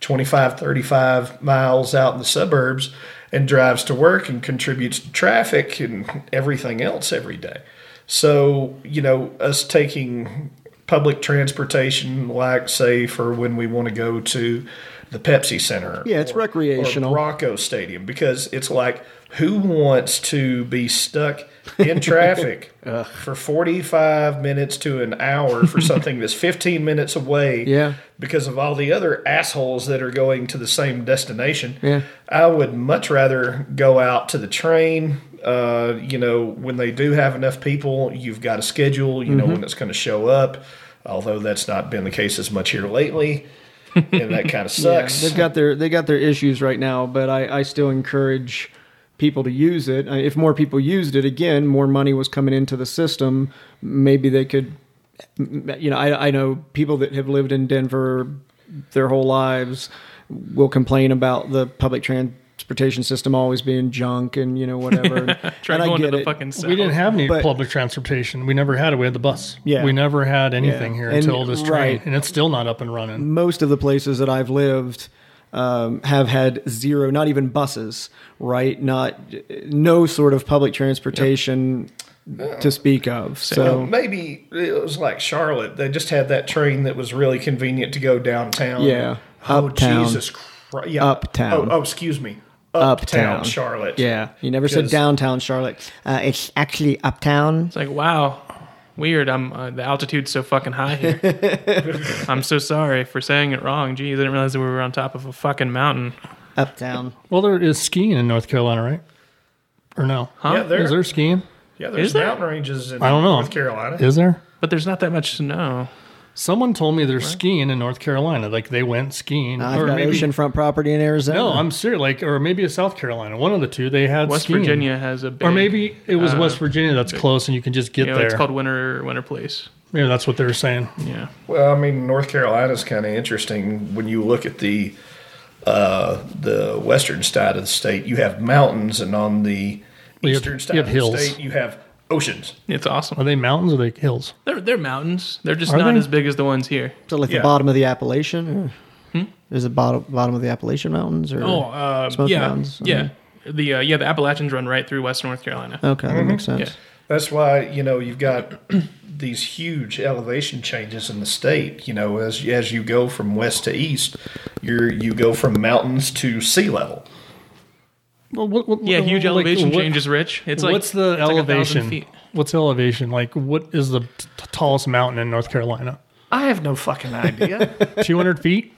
D: 25 35 miles out in the suburbs and drives to work and contributes to traffic and everything else every day so you know us taking public transportation like say for when we want to go to the Pepsi Center.
C: Yeah, it's recreational.
D: Or Rocco Stadium because it's like who wants to be stuck in traffic for 45 minutes to an hour for something that's 15 minutes away
C: Yeah.
D: because of all the other assholes that are going to the same destination.
C: Yeah.
D: I would much rather go out to the train. Uh, you know, when they do have enough people, you've got a schedule, you know,
C: Mm-hmm.
D: when it's going to show up, although that's not been the case as much here lately. and that kind of sucks.
C: They've got their they got their issues right now, but I, I still encourage people to use it. Uh, If more people used it, again, more money was coming into the system. Maybe they could, m- m- you know, I I know people that have lived in Denver their whole lives will complain about the public transportation system always being junk and you know whatever.
A: Try
C: and I
A: going
C: get
A: to the
C: it.
A: fucking south.
B: We didn't have any
C: But-
B: public transportation. We never had it. We had the bus.
C: Yeah.
B: We never had anything
C: Yeah.
B: here
C: And-
B: until this train,
C: right.
B: and it's still not up and running.
C: most of the places that I've lived um, have had zero, not even buses, right? Not no sort of public transportation to speak of.
D: Well,
C: So
D: maybe it was like Charlotte. They just had that train that was really convenient to go downtown.
C: Yeah.
D: Oh
C: Uptown.
D: Jesus Christ! Yeah.
C: Uptown.
D: Oh, oh, excuse me. uptown,
H: Uptown.
D: Charlotte.
H: Yeah.
C: You never said
D: 'Cause-
C: downtown Charlotte. Uh, it's actually uptown.
A: It's like, wow, weird. I'm uh, the altitude's so fucking high here. I'm so sorry for saying it wrong. Geez, I didn't realize that we were on top of a fucking mountain.
C: Uptown.
B: Well, there is skiing in North Carolina, right? Or no?
A: Huh?
D: Yeah, there,
B: Is there skiing?
D: yeah, there's
A: Is there?
D: mountain ranges in
B: I don't know.
D: North Carolina.
B: Is there?
A: But there's not that much snow.
B: Someone told me there's skiing in North Carolina. Like they went skiing,
C: I've got oceanfront property in Arizona.
B: No, I'm serious. Like, or maybe it's South Carolina. One of the two. They had
A: West
B: skiing.
A: Virginia has a big,
B: or maybe it was
A: uh,
B: West Virginia. That's close, and you can just get
A: you know,
B: there.
A: it's called Winter Winter Place.
B: yeah, that's what they were saying.
A: Yeah,
D: Well, I mean, North Carolina's kind of interesting when you look at the uh, the western side of the state. You have mountains, and on the
B: You have-
D: eastern side
B: you have
D: of
B: hills.
D: the state, you have oceans.
A: it's
B: Are
A: awesome.
B: they mountains or they hills?
A: They're they're mountains. They're just
B: Are
A: not
B: they?
A: as big as the ones here.
C: So like
D: Yeah.
C: the bottom of the Appalachian? Or Is it bottom bottom of the Appalachian Mountains? Or
A: Hmm? Oh, uh,
C: Smoky
A: yeah,
C: Mountains, I
A: yeah.
C: mean.
A: The uh, yeah, the Appalachians run right through West North Carolina.
C: okay, that makes sense.
A: Mm-hmm. Yeah.
D: That's why you know you've got these huge elevation changes in the state. You know, as as you go from west to east, you're you go from mountains to sea level.
B: Well, what, what,
A: Yeah,
B: what-
A: huge
B: like,
A: elevation
B: what-
A: changes, Rich. It's like
B: what's the
A: it's like a thousand
B: elevation?
A: feet.
B: what's elevation? Like, what is the t- tallest mountain in North Carolina?
D: I have no fucking idea.
B: Two hundred feet,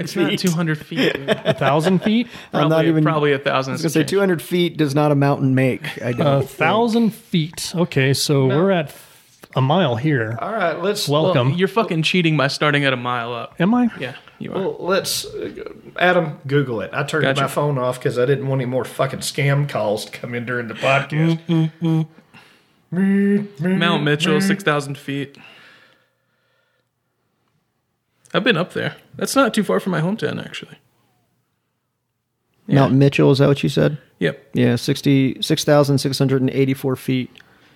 A: It's
C: feet.
A: not 200 feet. dude.
B: a thousand feet,
A: Probably,
C: not even-
A: probably a thousand.
C: I was gonna say 200 feet does not a mountain make.
A: Uh,
C: I don't.
B: a thousand feet. Okay, so we're at a mile here.
D: All right, let's
B: Welcome.
A: You're fucking cheating by starting at a mile up.
B: Am I?
A: Yeah, you are.
D: Well, let's, uh, Adam, Google it. I turned
A: Gotcha.
D: my phone off because I didn't want any more fucking scam calls to come in during the podcast.
A: Mount Mitchell, 6,000 feet. I've been up there. That's not too far from my hometown, actually.
C: Mount Mitchell, is that what you said?
A: Yep.
C: Yeah, 60 6,684 feet.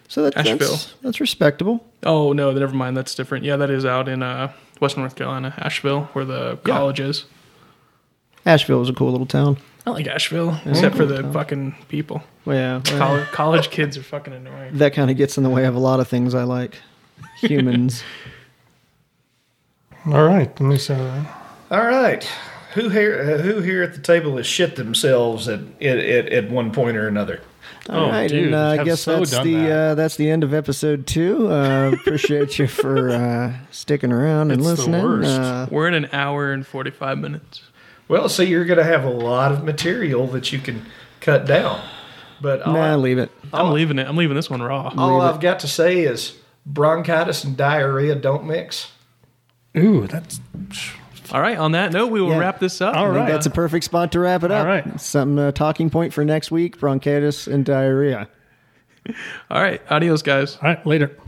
C: So that,
A: Asheville.
C: that's, that's respectable.
A: Oh, no, never mind. That's different. Yeah, that is out in uh, West North Carolina, Asheville, where the college is.
C: Asheville is a cool little town.
A: I like Asheville, except for the fucking people.
C: Well, yeah, well,
A: College, college kids are fucking annoying.
C: that kind of gets in the way of a lot of things I like. Humans.
B: All right. Let me say that.
D: All right. Who here, uh, who here at the table has shit themselves at, at, at, at one point or another?
C: All right,
B: Oh, dude,
C: and uh, I
B: have
C: guess
B: so
C: that's
B: done
C: the
B: that.
C: uh, that's the end of episode two. Uh, appreciate you for uh, sticking around and
B: It's the
C: listening.
B: worst.
C: Uh,
A: We're in an hour and 45 minutes.
D: Well, see, you're going to have a lot of material that you can cut down. But all,
C: nah, leave it.
A: I'm leaving it. I'm leaving this one raw.
D: all I've got to say is bronchitis and diarrhea don't mix.
B: Ooh, that's
A: All right. On that note, we will
C: Yeah.
A: wrap this up.
B: All
C: I think
B: right.
C: that's a perfect spot to wrap it up.
B: All right.
C: Some uh, talking point for next week: bronchitis and diarrhea.
A: All right. Adios, guys.
B: all right. Later.